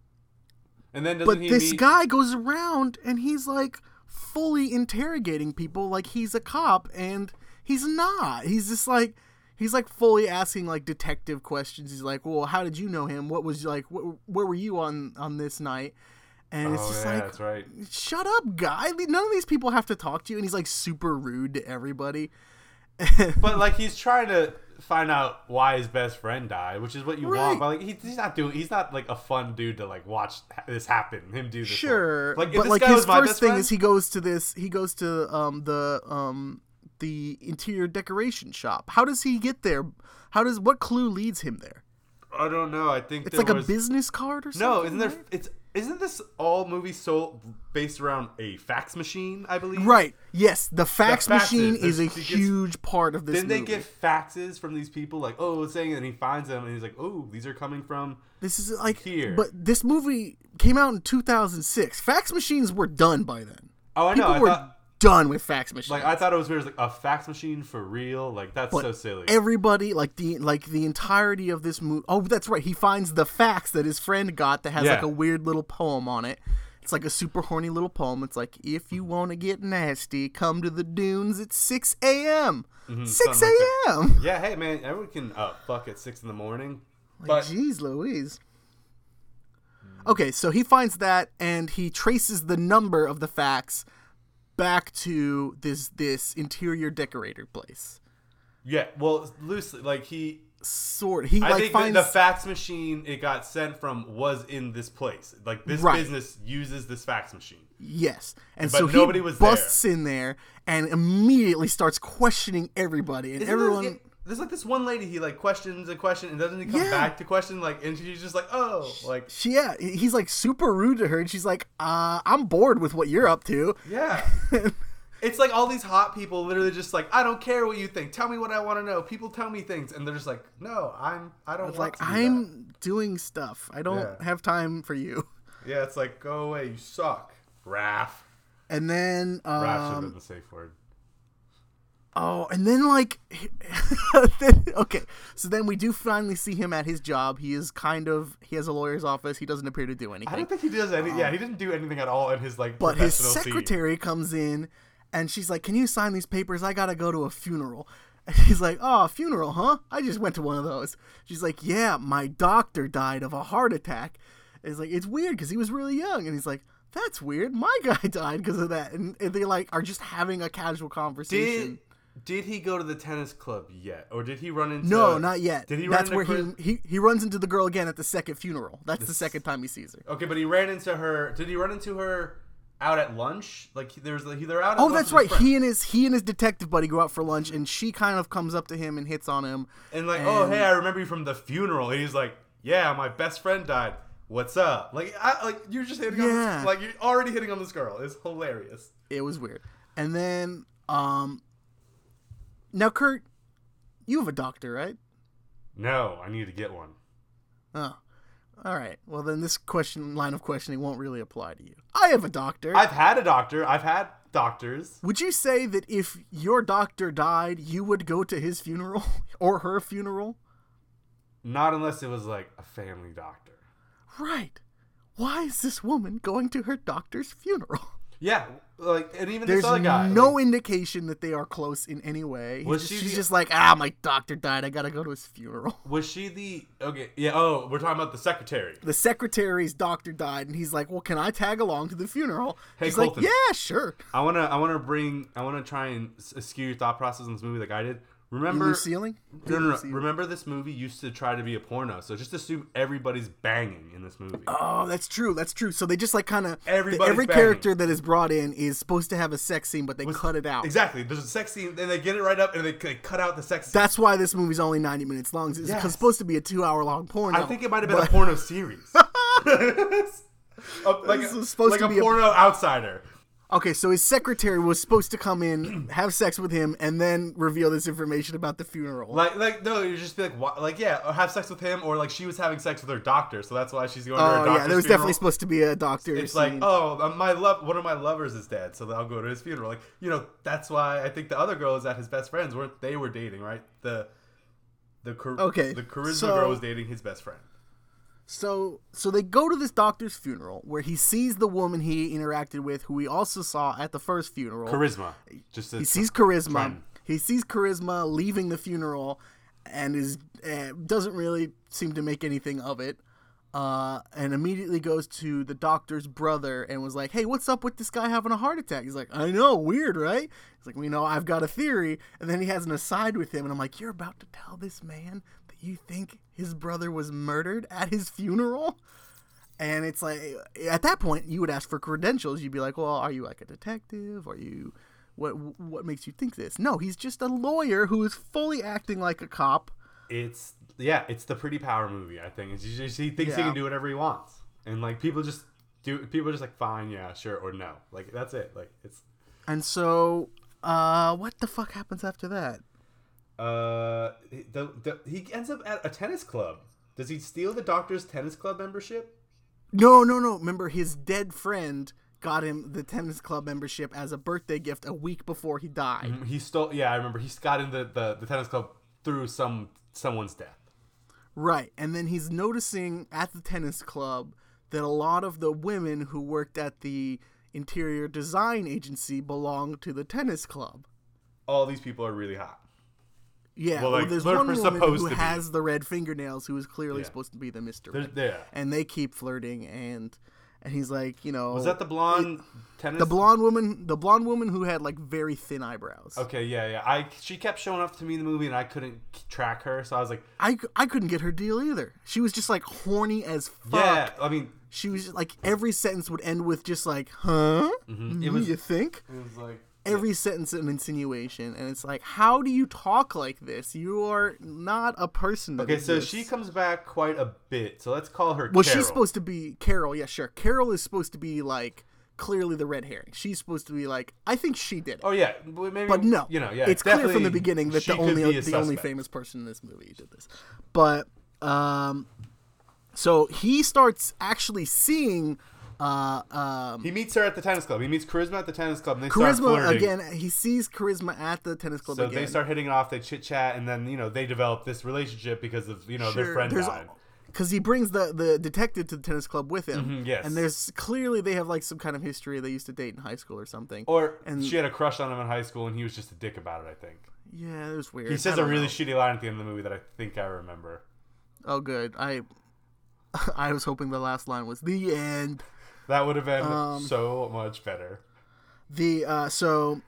Speaker 3: And then doesn't
Speaker 1: but
Speaker 3: he
Speaker 1: this
Speaker 3: meet,
Speaker 1: guy goes around and he's like fully interrogating people like he's a cop and he's not he's just like he's like fully asking like detective questions he's like well how did you know him what was like wh- where were you on on this night and
Speaker 3: Oh
Speaker 1: it's just
Speaker 3: yeah,
Speaker 1: like
Speaker 3: that's right.
Speaker 1: shut up guy none of these people have to talk to you and he's like super rude to everybody And-
Speaker 3: But like he's trying to find out why his best friend died, which is what you
Speaker 1: Right.
Speaker 3: want. But like he, he's not doing, he's not like a fun dude to like watch ha- this happen. Him do this. for.
Speaker 1: sure
Speaker 3: Like if
Speaker 1: but
Speaker 3: this
Speaker 1: like
Speaker 3: guy
Speaker 1: his
Speaker 3: was my
Speaker 1: first
Speaker 3: best
Speaker 1: thing
Speaker 3: friend,
Speaker 1: is he goes to this he goes to um the um the interior decoration shop how does he get there how does what clue leads him there
Speaker 2: I don't know. I think
Speaker 1: it's
Speaker 2: there
Speaker 1: like
Speaker 2: was,
Speaker 1: a business card or something
Speaker 2: No, isn't there?
Speaker 1: right?
Speaker 2: It's isn't this all movie so based around a fax machine? I believe.
Speaker 1: Right, yes the fax
Speaker 2: faxes,
Speaker 1: machine
Speaker 2: there's-
Speaker 1: is a
Speaker 2: he gets-
Speaker 1: huge part of this
Speaker 2: Then they
Speaker 1: movie.
Speaker 2: get faxes from these people, like oh, it's saying, and he finds them, and he's like, oh, these are coming from.
Speaker 1: this is like
Speaker 2: here.
Speaker 1: but this movie came out in 2006 fax machines were done by then
Speaker 2: Oh, I
Speaker 1: people
Speaker 2: know. I
Speaker 1: were
Speaker 3: thought-
Speaker 1: done with fax machines
Speaker 2: Like I thought it was weird. It was like a fax machine for real. Like that's so silly.
Speaker 1: everybody like the like the entirety of this movie oh that's right he finds the fax that his friend got that has like
Speaker 3: Yeah.
Speaker 1: a weird little poem on it it's like a super horny little poem it's like if you want to get nasty come to the dunes at 6 a.m 6
Speaker 2: Mm-hmm, something like
Speaker 1: a.m
Speaker 2: yeah, hey man, everyone can uh, fuck at six in the morning.
Speaker 1: Like,
Speaker 2: But
Speaker 1: jeez louise okay so he finds that and he traces the number of the fax back to this this interior decorator place
Speaker 2: yeah, well, loosely, like he.
Speaker 1: sort he
Speaker 2: I
Speaker 1: like
Speaker 2: think
Speaker 1: finds
Speaker 2: the, the fax machine it got sent from was in this place. Like this
Speaker 1: Right.
Speaker 2: business uses this fax machine.
Speaker 1: Yes, and
Speaker 2: But
Speaker 1: so he
Speaker 2: nobody was
Speaker 1: busts in there and immediately starts questioning everybody, and
Speaker 2: Isn't there-
Speaker 1: everyone.
Speaker 2: it- there's like this one lady he like questions and questions and doesn't he come
Speaker 1: Yeah.
Speaker 2: back to question like and she's just like oh like
Speaker 1: she, yeah, he's like super rude to her, and she's like, uh, "I'm bored with what you're up to."
Speaker 2: yeah. it's like all these hot people literally just like I don't care what you think. Tell me what I want to know. People tell me things and they're just like no I'm I don't
Speaker 1: It's
Speaker 2: want
Speaker 1: like
Speaker 2: to do that."
Speaker 1: I'm doing stuff. I don't
Speaker 2: Yeah.
Speaker 1: have time for you.
Speaker 2: yeah it's like go away you suck. Raph.
Speaker 1: And then,
Speaker 3: Rap should have
Speaker 1: um,
Speaker 3: been the safe word.
Speaker 1: oh, and then like, then, okay, so then we do finally see him at his job. He is kind of he has a lawyer's office. He doesn't appear to do anything.
Speaker 2: I don't think he does any. Yeah, he didn't do anything at all in his like.
Speaker 1: But his
Speaker 2: professional scene.
Speaker 1: secretary comes in and she's like, Can you sign these papers? I gotta go to a funeral. And he's like, Oh, a funeral, huh? I just went to one of those. She's like, Yeah, my doctor died of a heart attack. And he's like, It's weird because he was really young. And he's like, That's weird. My guy died because of that. And, and they like are just having a casual conversation.
Speaker 2: Did did he go to the tennis club yet, or did he run into?
Speaker 1: no, not yet.
Speaker 2: Did he
Speaker 1: That's
Speaker 2: run
Speaker 1: where
Speaker 2: into Chris-
Speaker 1: he, he he runs into the girl again at the second funeral. That's the second time he sees her.
Speaker 2: Okay, but he ran into her. Did he run into her out at lunch? Like he- there's he they're out. At
Speaker 1: Oh,
Speaker 2: lunch
Speaker 1: that's
Speaker 2: with
Speaker 1: right.
Speaker 2: his friend.
Speaker 1: He and his he and his detective buddy go out for lunch, and she kind of comes up to him and hits on him.
Speaker 2: and like, oh hey, I remember you from the funeral. And he's like, yeah, my best friend died. What's up? Like, I, like you're just hitting on
Speaker 1: Yeah.
Speaker 2: this, like you're already hitting on this girl. It's hilarious.
Speaker 1: It was weird. And then, um, now Kurt, you have a doctor, right?
Speaker 3: No, I need to get one.
Speaker 1: Oh, all right. Well, then this question line of questioning won't really apply to you. I have a doctor.
Speaker 3: I've had a doctor. I've had doctors.
Speaker 1: would you say that if your doctor died, you would go to his funeral or her funeral?
Speaker 3: Not unless it was like a family doctor.
Speaker 1: Right. Why is this woman going to her doctor's funeral?
Speaker 2: Yeah, like and even
Speaker 1: There's
Speaker 2: this other guy.
Speaker 1: no
Speaker 2: like,
Speaker 1: indication that they are close in any way. He's
Speaker 3: Was
Speaker 1: just-
Speaker 3: she
Speaker 1: she's
Speaker 3: the-
Speaker 1: just like, ah, my doctor died. I gotta go to his funeral.
Speaker 2: was she the okay? Yeah. Oh, we're talking about the secretary.
Speaker 1: the secretary's doctor died, and he's like, "Well, can I tag along to the funeral?"
Speaker 3: Hey,
Speaker 1: he's
Speaker 3: Colton.
Speaker 1: like, "Yeah, sure."
Speaker 3: I wanna, I wanna bring, I wanna try and s- skew your thought process in this movie like I did. Remember,
Speaker 1: Blue ceiling?
Speaker 3: no, no, no.
Speaker 1: Lucille.
Speaker 3: Remember this movie used to try to be a porno, so just assume everybody's banging in this movie.
Speaker 1: Oh, that's true. That's true. So they just like kind of every
Speaker 2: Everybody's banging.
Speaker 1: character that is brought in is supposed to have a sex scene, but they cut it out.
Speaker 2: Exactly. There's a sex scene, and they get it right up, and they, they cut out the sex. scene.
Speaker 1: That's why this movie's only ninety minutes long. It's 'cause
Speaker 2: Yes.
Speaker 1: it's supposed to be a two-hour-long porno.
Speaker 2: I think it might have been
Speaker 1: but-
Speaker 2: a porno series. A- like
Speaker 1: This
Speaker 2: a,
Speaker 1: was supposed
Speaker 2: like
Speaker 1: to
Speaker 2: a
Speaker 1: be a-
Speaker 2: porno outsider.
Speaker 1: Okay, so his secretary was supposed to come in, have sex with him, and then reveal this information about the funeral.
Speaker 2: Like, like no, you just be like, why, like yeah, or have sex with him, or like she was having sex with her doctor, so that's why she's going to her
Speaker 1: Oh
Speaker 2: doctor's
Speaker 1: yeah, there was
Speaker 2: funeral.
Speaker 1: definitely supposed to be a doctor.
Speaker 2: It's like,
Speaker 1: scene.
Speaker 2: oh, uh, my love, one of my lovers is dead, so I'll go to his funeral. Like, you know, that's why I think the other girl is at his best friend's. Weren't they were dating, right? The the char-
Speaker 1: Okay,
Speaker 2: the charisma
Speaker 1: so-
Speaker 2: girl was dating his best friend.
Speaker 1: So so they go to this doctor's funeral where he sees the woman he interacted with, who we also saw at the first funeral.
Speaker 3: Charisma. Just
Speaker 1: he
Speaker 3: a,
Speaker 1: sees charisma.
Speaker 3: Trend.
Speaker 1: He sees charisma leaving the funeral, and is uh, doesn't really seem to make anything of it. Uh, and immediately goes to the doctor's brother and was like, "Hey, what's up with this guy having a heart attack?" He's like, "I know, weird, right?" He's like, "We know, I've got a theory." And then he has an aside with him, and I'm like, "You're about to tell this man that you think his brother was murdered at his funeral?" And it's like at that point you would ask for credentials. You'd be like, "Well, are you like a detective? Are you what what makes you think this?" No, he's just a lawyer who is fully acting like a cop.
Speaker 3: it's
Speaker 2: Yeah, it's the pretty power movie. I think it's just, he thinks he
Speaker 1: Yeah.
Speaker 2: can do whatever he wants, and like people just do. People are just like, fine, yeah, sure, or no. Like that's it. Like it's
Speaker 1: And so uh what the fuck happens after that?
Speaker 2: uh, the, the he ends up at a tennis club. Does he steal the doctor's tennis club membership?
Speaker 1: No, no, no. Remember his dead friend got him the tennis club membership as a birthday gift a week before he died.
Speaker 2: Mm, He stole. Yeah, I remember. He got into the, the tennis club through some someone's death.
Speaker 1: Right. And then he's noticing at the tennis club that a lot of the women who worked at the interior design agency belonged to the tennis club.
Speaker 2: All these people are really hot.
Speaker 1: Yeah,
Speaker 2: Well,
Speaker 1: well,
Speaker 2: like,
Speaker 1: there's
Speaker 2: they're
Speaker 1: one woman
Speaker 2: supposed
Speaker 1: who
Speaker 2: to be.
Speaker 1: has the red fingernails who is clearly
Speaker 2: Yeah.
Speaker 1: supposed to be the Mister.
Speaker 2: There's, yeah.
Speaker 1: And they keep flirting, and and he's like, you know,
Speaker 2: Was that the blonde tennis?
Speaker 1: the blonde woman, the blonde woman who had like very thin eyebrows.
Speaker 2: Okay, yeah, yeah. I she kept showing up to me in the movie, and I couldn't k- track her, so I was like,
Speaker 1: I, I couldn't get her deal either. She was just like horny as fuck.
Speaker 2: yeah. I mean,
Speaker 1: She was just, like every sentence would end with just like, huh?
Speaker 2: It
Speaker 1: It
Speaker 2: was-
Speaker 1: was, you think?
Speaker 2: it was like
Speaker 1: every sentence an insinuation and it's like how do you talk like this you are not a person that
Speaker 2: okay. So
Speaker 1: exists.
Speaker 2: she comes back quite a bit, so let's call her.
Speaker 1: well
Speaker 2: Carol.
Speaker 1: she's supposed to be carol yeah sure carol is supposed to be like clearly the red herring she's supposed to be like i think she did it
Speaker 2: Oh yeah, well, maybe.
Speaker 1: but no
Speaker 2: you know, yeah.
Speaker 1: it's clear from the
Speaker 2: definitely
Speaker 1: beginning that
Speaker 2: she
Speaker 1: the
Speaker 2: could
Speaker 1: only
Speaker 2: be a
Speaker 1: the only
Speaker 2: suspect.
Speaker 1: famous person in this movie did this but um so he starts actually seeing uh um
Speaker 2: He meets her at the tennis club. He meets Charisma at the tennis club. And they start
Speaker 1: charisma
Speaker 2: flirting.
Speaker 1: again he sees charisma at the tennis club
Speaker 2: So
Speaker 1: again
Speaker 2: they start hitting it off. They chit chat, and then you know they develop this relationship because of you know their friend died.
Speaker 1: Because he brings the, the detective to the tennis club with him.
Speaker 2: Mhm, yes.
Speaker 1: And there's clearly they have like some kind of history. They used to date in high school or something.
Speaker 2: Or
Speaker 1: and-
Speaker 2: she had a crush on him in high school, and he was just a dick about it. I think
Speaker 1: yeah, it was weird.
Speaker 2: he
Speaker 1: I
Speaker 2: says a
Speaker 1: don't
Speaker 2: really
Speaker 1: know.
Speaker 2: shitty line at the end of the movie that I think I remember.
Speaker 1: oh, good. I I was hoping the last line was the end.
Speaker 2: That would have been
Speaker 1: Um,
Speaker 2: so much better.
Speaker 1: The uh, so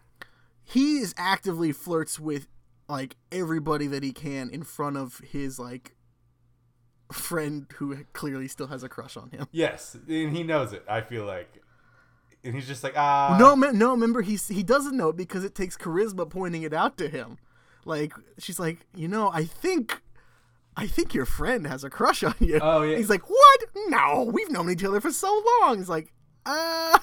Speaker 1: he is actively flirts with like everybody that he can in front of his like friend who clearly still has a crush on him.
Speaker 2: Yes, and he knows it. I feel like, and he's just like ah.
Speaker 1: No, me- no. Remember, he he doesn't know it because it takes charisma pointing it out to him. Like she's like, you know, I think, I think your friend has a crush on you.
Speaker 2: Oh, yeah.
Speaker 1: He's like, what? No, we've known each other for so long. He's like, uh,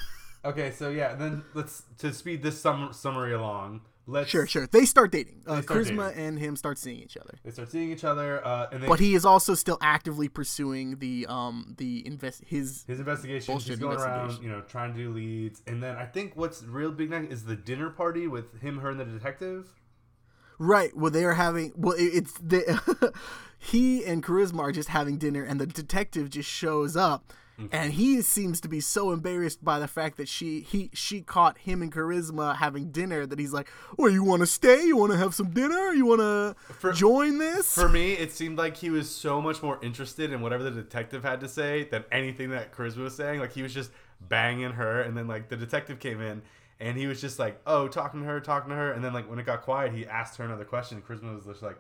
Speaker 2: Okay, so yeah, then let's to speed this sum- summary along. Let's
Speaker 1: sure, sure. They start dating. Uh,
Speaker 2: start
Speaker 1: charisma and him start seeing each other.
Speaker 2: They start seeing each other, uh, and they
Speaker 1: But he is also still actively pursuing the um the invest his
Speaker 2: his investigation. He's
Speaker 1: Bullshit
Speaker 2: going around,
Speaker 1: investigation.
Speaker 2: you know, trying to do leads, and then I think what's real big next is the dinner party with him, her, and the detective.
Speaker 1: Right. Well, they are having. Well, it, it's the he and Charisma are just having dinner, and the detective just shows up,
Speaker 2: Mm-hmm.
Speaker 1: and he seems to be so embarrassed by the fact that she he she caught him and Charisma having dinner that he's like, "Well, you want to stay? You want to have some dinner? You want
Speaker 2: For-
Speaker 1: to join this?"
Speaker 2: For me, it seemed like he was so much more interested in whatever the detective had to say than anything that Charisma was saying. Like he was just banging her, and then like the detective came in, and he was just like, "Oh, talking to her, talking to her," and then like when it got quiet, he asked her another question. and Charisma was just like,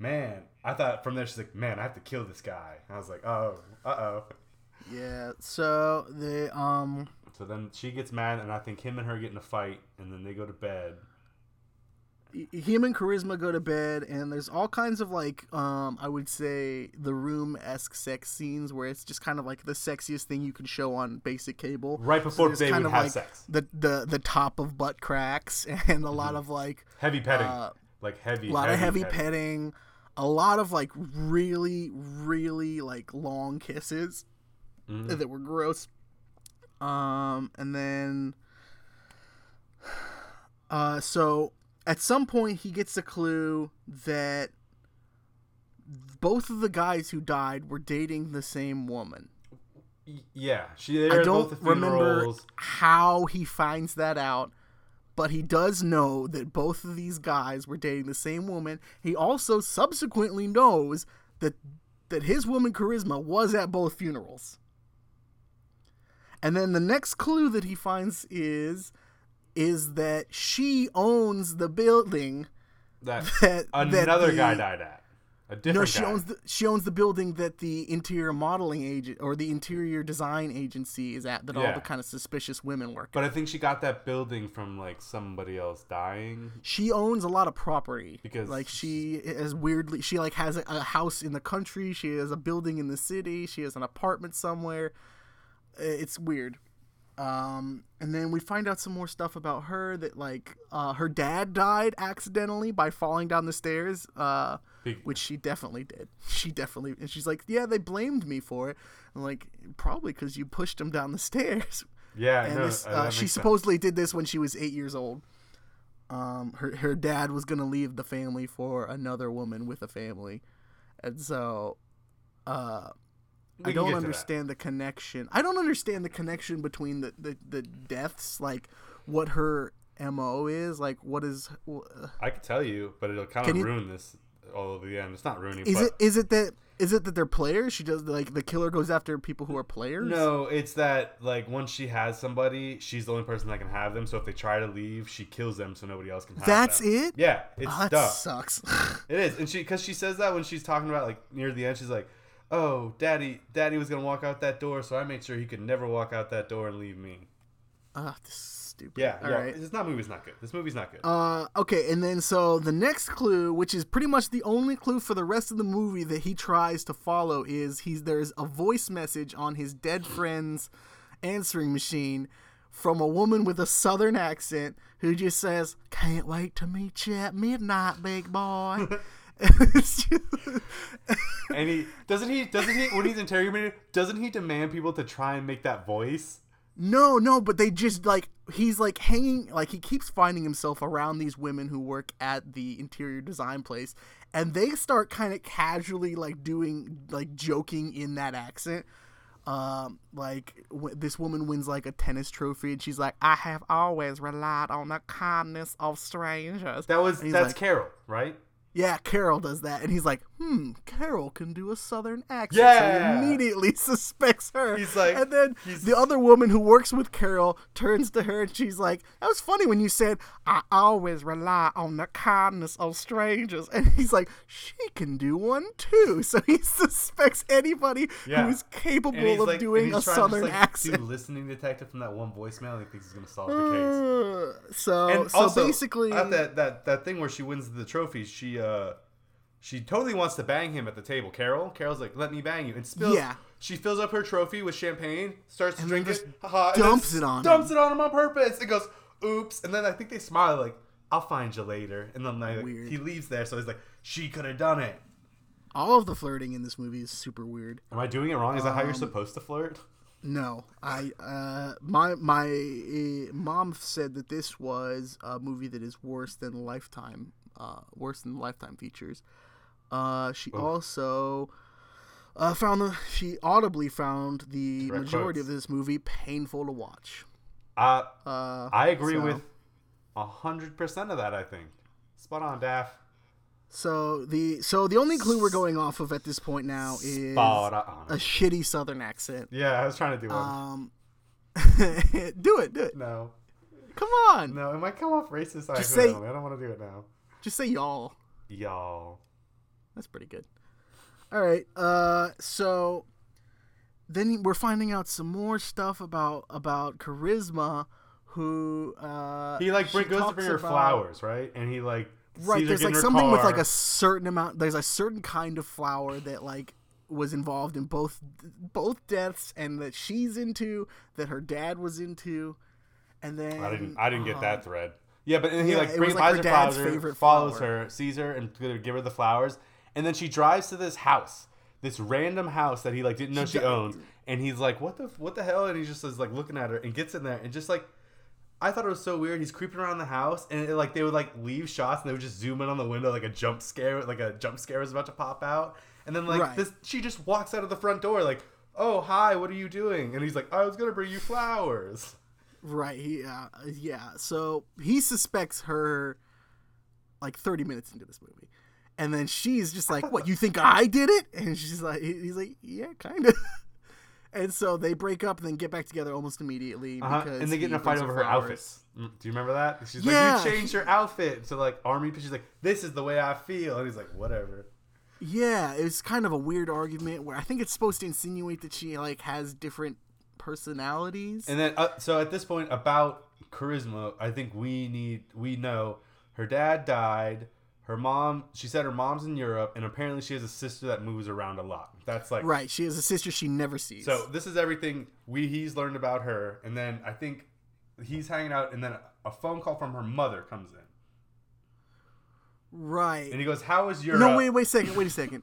Speaker 2: "Man, I thought from there she's like, man, I have to kill this guy." And I was like, "Oh, uh oh."
Speaker 1: yeah. So they um.
Speaker 2: So then she gets mad, and I think him and her get in a fight, and then they go to bed.
Speaker 1: y- him and charisma go to bed and there's all kinds of like um i would say the room-esque sex scenes where it's just kind of like the sexiest thing you can show on basic cable
Speaker 2: Right before
Speaker 1: there's
Speaker 2: they
Speaker 1: kind
Speaker 2: would
Speaker 1: of
Speaker 2: have
Speaker 1: like
Speaker 2: sex.
Speaker 1: the the the top of butt cracks and a lot of like
Speaker 2: Heavy Mm-hmm. petting.
Speaker 1: Uh,
Speaker 2: like heavy.
Speaker 1: a lot of heavy
Speaker 2: petting.
Speaker 1: petting a lot of like really really like long kisses
Speaker 2: Mm-hmm.
Speaker 1: that were gross um and then uh so at some point he gets a clue that both of the guys who died were dating the same woman
Speaker 2: Y- Yeah, she. They're
Speaker 1: I
Speaker 2: at both
Speaker 1: don't
Speaker 2: the
Speaker 1: remember
Speaker 2: funerals.
Speaker 1: how he finds that out, but he does know that both of these guys were dating the same woman. He also subsequently knows that that his woman charisma was at both funerals. And then the next clue that he finds is is that she owns the building
Speaker 2: That
Speaker 1: that
Speaker 2: another
Speaker 1: that
Speaker 2: guy
Speaker 1: the-
Speaker 2: died at. A different
Speaker 1: no, she
Speaker 2: guy.
Speaker 1: owns the she owns the building that the interior modeling agent or the interior design agency is at that all
Speaker 2: Yeah.
Speaker 1: the kind of suspicious women work. at.
Speaker 2: But I think she got that building from like somebody else dying.
Speaker 1: she owns a lot of property
Speaker 2: Because-
Speaker 1: like she is weirdly she like has a, a house in the country, she has a building in the city, she has an apartment somewhere. Uh, It's weird. Um, and then we find out some more stuff about her that like uh, her dad died accidentally by falling down the stairs. Uh,
Speaker 2: Big-
Speaker 1: which she definitely did. She definitely, and she's like, "Yeah, they blamed me for it." I'm like, "Probably because you pushed him down the stairs."
Speaker 2: Yeah,
Speaker 1: And
Speaker 2: no,
Speaker 1: this,
Speaker 2: uh,
Speaker 1: uh,
Speaker 2: that
Speaker 1: she
Speaker 2: makes sense.
Speaker 1: supposedly did this when she was eight years old. Um, her her dad was gonna leave the family for another woman with a family, and so, uh,
Speaker 2: We
Speaker 1: I
Speaker 2: can get to
Speaker 1: don't
Speaker 2: that.
Speaker 1: understand the connection. I don't understand the connection between the the, the deaths, like what her mo is, like what is.
Speaker 2: I could tell you, but it'll kind
Speaker 1: Can
Speaker 2: of
Speaker 1: you-
Speaker 2: ruin this all over the end. It's not ruining.
Speaker 1: Is
Speaker 2: but
Speaker 1: it is it that is it that they're players? She does like the killer goes after people who are players.
Speaker 2: No, it's that like once she has somebody, she's the only person that can have them. So if they try to leave, she kills them, so nobody else can have
Speaker 1: That's
Speaker 2: them.
Speaker 1: it?
Speaker 2: Yeah, it's
Speaker 1: Oh, that
Speaker 2: dumb.
Speaker 1: sucks.
Speaker 2: It is, and she because she says that when she's talking about like near the end, she's like, "Oh, daddy, daddy was gonna walk out that door, so I made sure he could never walk out that door and leave me."
Speaker 1: Ah, this is stupid.
Speaker 2: Yeah,
Speaker 1: All
Speaker 2: yeah.
Speaker 1: right.
Speaker 2: This not movie's not good. This movie's not good.
Speaker 1: Uh, okay, and then so the next clue, which is pretty much the only clue for the rest of the movie that he tries to follow, is he's there's a voice message on his dead friend's answering machine from a woman with a southern accent who just says, "Can't wait to meet you at midnight, big boy." It's just-
Speaker 2: and he doesn't he doesn't he when he's interrogated doesn't he demand people to try and make that voice?
Speaker 1: No, no, but they just like he's like hanging like he keeps finding himself around these women who work at the interior design place and they start kind of casually like doing like joking in that accent. Um like w- this woman wins like a tennis trophy and she's like I have always relied on the kindness of strangers.
Speaker 2: That was
Speaker 1: And he's
Speaker 2: that's
Speaker 1: like,
Speaker 2: Carol, right?
Speaker 1: yeah, Carol does that, and he's like, "Hmm, Carol can do a southern accent."
Speaker 2: Yeah.
Speaker 1: so he immediately suspects her.
Speaker 2: He's like-
Speaker 1: and then
Speaker 2: he's-
Speaker 1: the other woman who works with Carol turns to her, and she's like, "That was funny when you said I always rely on the kindness of strangers," and he's like, "She can do one too." So he suspects anybody
Speaker 2: Yeah.
Speaker 1: who is capable
Speaker 2: And he's
Speaker 1: of
Speaker 2: like and
Speaker 1: doing
Speaker 2: he's
Speaker 1: a
Speaker 2: trying to just,
Speaker 1: southern
Speaker 2: like,
Speaker 1: accent.
Speaker 2: Do listening detective from that one voicemail. and He thinks he's gonna solve the case.
Speaker 1: Uh, so,
Speaker 2: and
Speaker 1: so
Speaker 2: also,
Speaker 1: basically,
Speaker 2: at that, that that thing where she wins the trophy, she uh, she totally wants to bang him at the table. Carol, Carol's like, "Let me bang you," and spills.
Speaker 1: Yeah.
Speaker 2: She fills up her trophy with champagne, starts to
Speaker 1: And
Speaker 2: drink
Speaker 1: then
Speaker 2: it,
Speaker 1: just
Speaker 2: haha, and then
Speaker 1: dumps it on
Speaker 2: dumps it on him on purpose. It goes, "Oops!" And then I think they smile like, "I'll find you later," and then like
Speaker 1: Weird.
Speaker 2: he leaves there. So he's like, "She could have done it."
Speaker 1: all of the flirting in this movie is super weird.
Speaker 2: Am I doing it wrong? Is that how
Speaker 1: Um,
Speaker 2: you're supposed to flirt?
Speaker 1: No, I uh, my my uh, mom said that this was a movie that is worse than Lifetime, uh, worse than Lifetime features. Uh, she also uh, found the, she audibly found the
Speaker 2: Direct
Speaker 1: majority
Speaker 2: quotes.
Speaker 1: of this movie painful to watch.
Speaker 2: Uh,
Speaker 1: Uh,
Speaker 2: I agree
Speaker 1: so-
Speaker 2: with a hundred percent of that. I think spot on, Daff.
Speaker 1: so the so the only clue we're going off of at this point now is
Speaker 2: Spot
Speaker 1: a
Speaker 2: on.
Speaker 1: shitty Southern accent.
Speaker 2: Yeah, I was trying to do one.
Speaker 1: Um, do it, do it.
Speaker 2: No,
Speaker 1: Come on,
Speaker 2: no, it might come off racist
Speaker 1: say-
Speaker 2: accidentally. I don't want to do it now.
Speaker 1: just say y'all.
Speaker 2: Y'all.
Speaker 1: That's pretty good. All right. Uh, so then we're finding out some more stuff about about charisma. Who uh,
Speaker 2: He like
Speaker 1: she
Speaker 2: bring, goes to
Speaker 1: talks
Speaker 2: bring her
Speaker 1: about-
Speaker 2: flowers, right? And he like
Speaker 1: right
Speaker 2: Caesar
Speaker 1: there's
Speaker 2: get in
Speaker 1: like
Speaker 2: her
Speaker 1: something with
Speaker 2: car.
Speaker 1: like a certain amount there's a certain kind of flower that like was involved in both both deaths and that she's into that her dad was into and then uh-huh.
Speaker 3: I didn't. I didn't get that thread. Yeah, but and he
Speaker 1: Yeah,
Speaker 3: like
Speaker 1: it
Speaker 3: brings
Speaker 1: was, like,
Speaker 3: buys her
Speaker 1: her dad's
Speaker 3: flowers,
Speaker 1: favorite
Speaker 3: follows
Speaker 1: flower.
Speaker 3: her, sees her, and gonna give her the flowers, and then she drives to this house, this random house that he like didn't know she,
Speaker 1: dri-
Speaker 3: owns, and he's like,
Speaker 2: What the what the hell? And he just is like looking at her and gets in there and just like I thought it was so weird. He's creeping around the house and it, like they would like leave shots and they would just zoom in on the window like a jump scare, like a jump scare was about to pop out. And then like
Speaker 1: Right.
Speaker 2: this, she just walks out of the front door like, "Oh hi, what are you doing?" And he's like, "I was gonna bring you flowers."
Speaker 1: right he uh, yeah so he suspects her like 30 minutes into this movie and then she's just like what you think i did it and she's like he- he's like yeah kind of and so they break up and then get back together almost immediately
Speaker 3: uh
Speaker 1: because
Speaker 3: and they get in
Speaker 1: he
Speaker 3: a fight
Speaker 1: brings
Speaker 3: over her
Speaker 1: flowers.
Speaker 3: outfits. Mm, Do you remember that?
Speaker 2: She's
Speaker 1: Yeah.
Speaker 2: like, "You changed your outfit to like army." She's like, "This is the way I feel," and he's like, "Whatever."
Speaker 1: Yeah, it was kind of a weird argument where I think it's supposed to insinuate that she like has different personalities.
Speaker 2: And then, uh, so at this point, about charisma, I think we need, we know her dad died. Her mom, she said her mom's in Europe, and apparently she has a sister that moves around a lot. That's like,
Speaker 1: right, she has a sister she never sees.
Speaker 2: so this is everything we he's learned about her. And then I think he's hanging out, and then a phone call from her mother comes in. And
Speaker 1: right.
Speaker 2: he goes, How is Europe?
Speaker 1: No, wait, wait a second. Wait a second.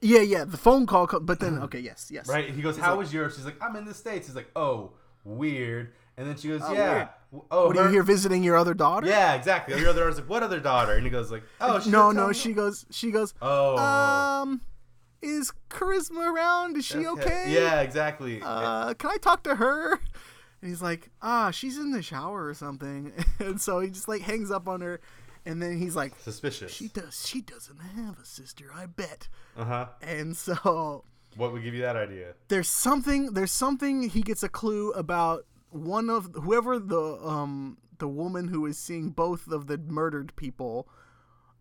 Speaker 1: Yeah, yeah, the phone call, co- but then okay, yes, yes.
Speaker 2: Uh-huh. Right? He goes, "How is Europe? She's like, I'm in the States. He's like, Oh, weird. And then she goes, Yeah. w- Oh,
Speaker 1: What are you
Speaker 2: her-
Speaker 1: here visiting your other daughter?
Speaker 2: Yeah, exactly. Your other daughter's like, What other daughter? And he goes, like, Oh, she
Speaker 1: no,
Speaker 2: didn't tell
Speaker 1: no.
Speaker 2: me."
Speaker 1: She goes. She goes.
Speaker 2: Oh.
Speaker 1: Um, is charisma around? Is she okay?
Speaker 2: Yeah, exactly.
Speaker 1: uh, can I talk to her? And he's like, ah, she's in the shower or something. And so he just like hangs up on her. And then he's like,
Speaker 2: Suspicious.
Speaker 1: she does. She doesn't have a sister, I bet.
Speaker 2: Uh huh.
Speaker 1: And so
Speaker 2: What would give you that idea?
Speaker 1: there's something. There's something. He gets a clue about one of whoever the um the woman who is seeing both of the murdered people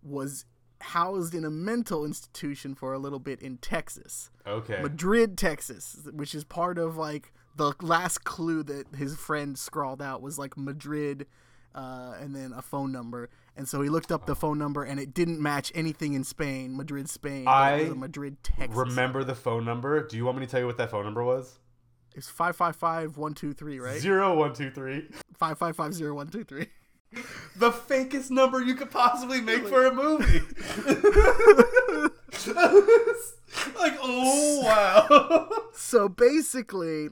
Speaker 1: was housed in a mental institution for a little bit in Texas.
Speaker 3: "Okay,
Speaker 1: Madrid, Texas, which is part of like the last clue that his friend scrawled out was like Madrid uh, and then a phone number. And so he looked up the phone number and it didn't match anything in Spain, Madrid, Spain. but
Speaker 3: I
Speaker 1: it was a Madrid, Texas.
Speaker 3: remember the phone number? Do you want me to tell you what that phone number was?
Speaker 1: It's 555123, right?
Speaker 3: Zero one two three.
Speaker 1: 5550123.
Speaker 2: The fakest number you could possibly make for a movie. like, oh wow.
Speaker 1: So basically,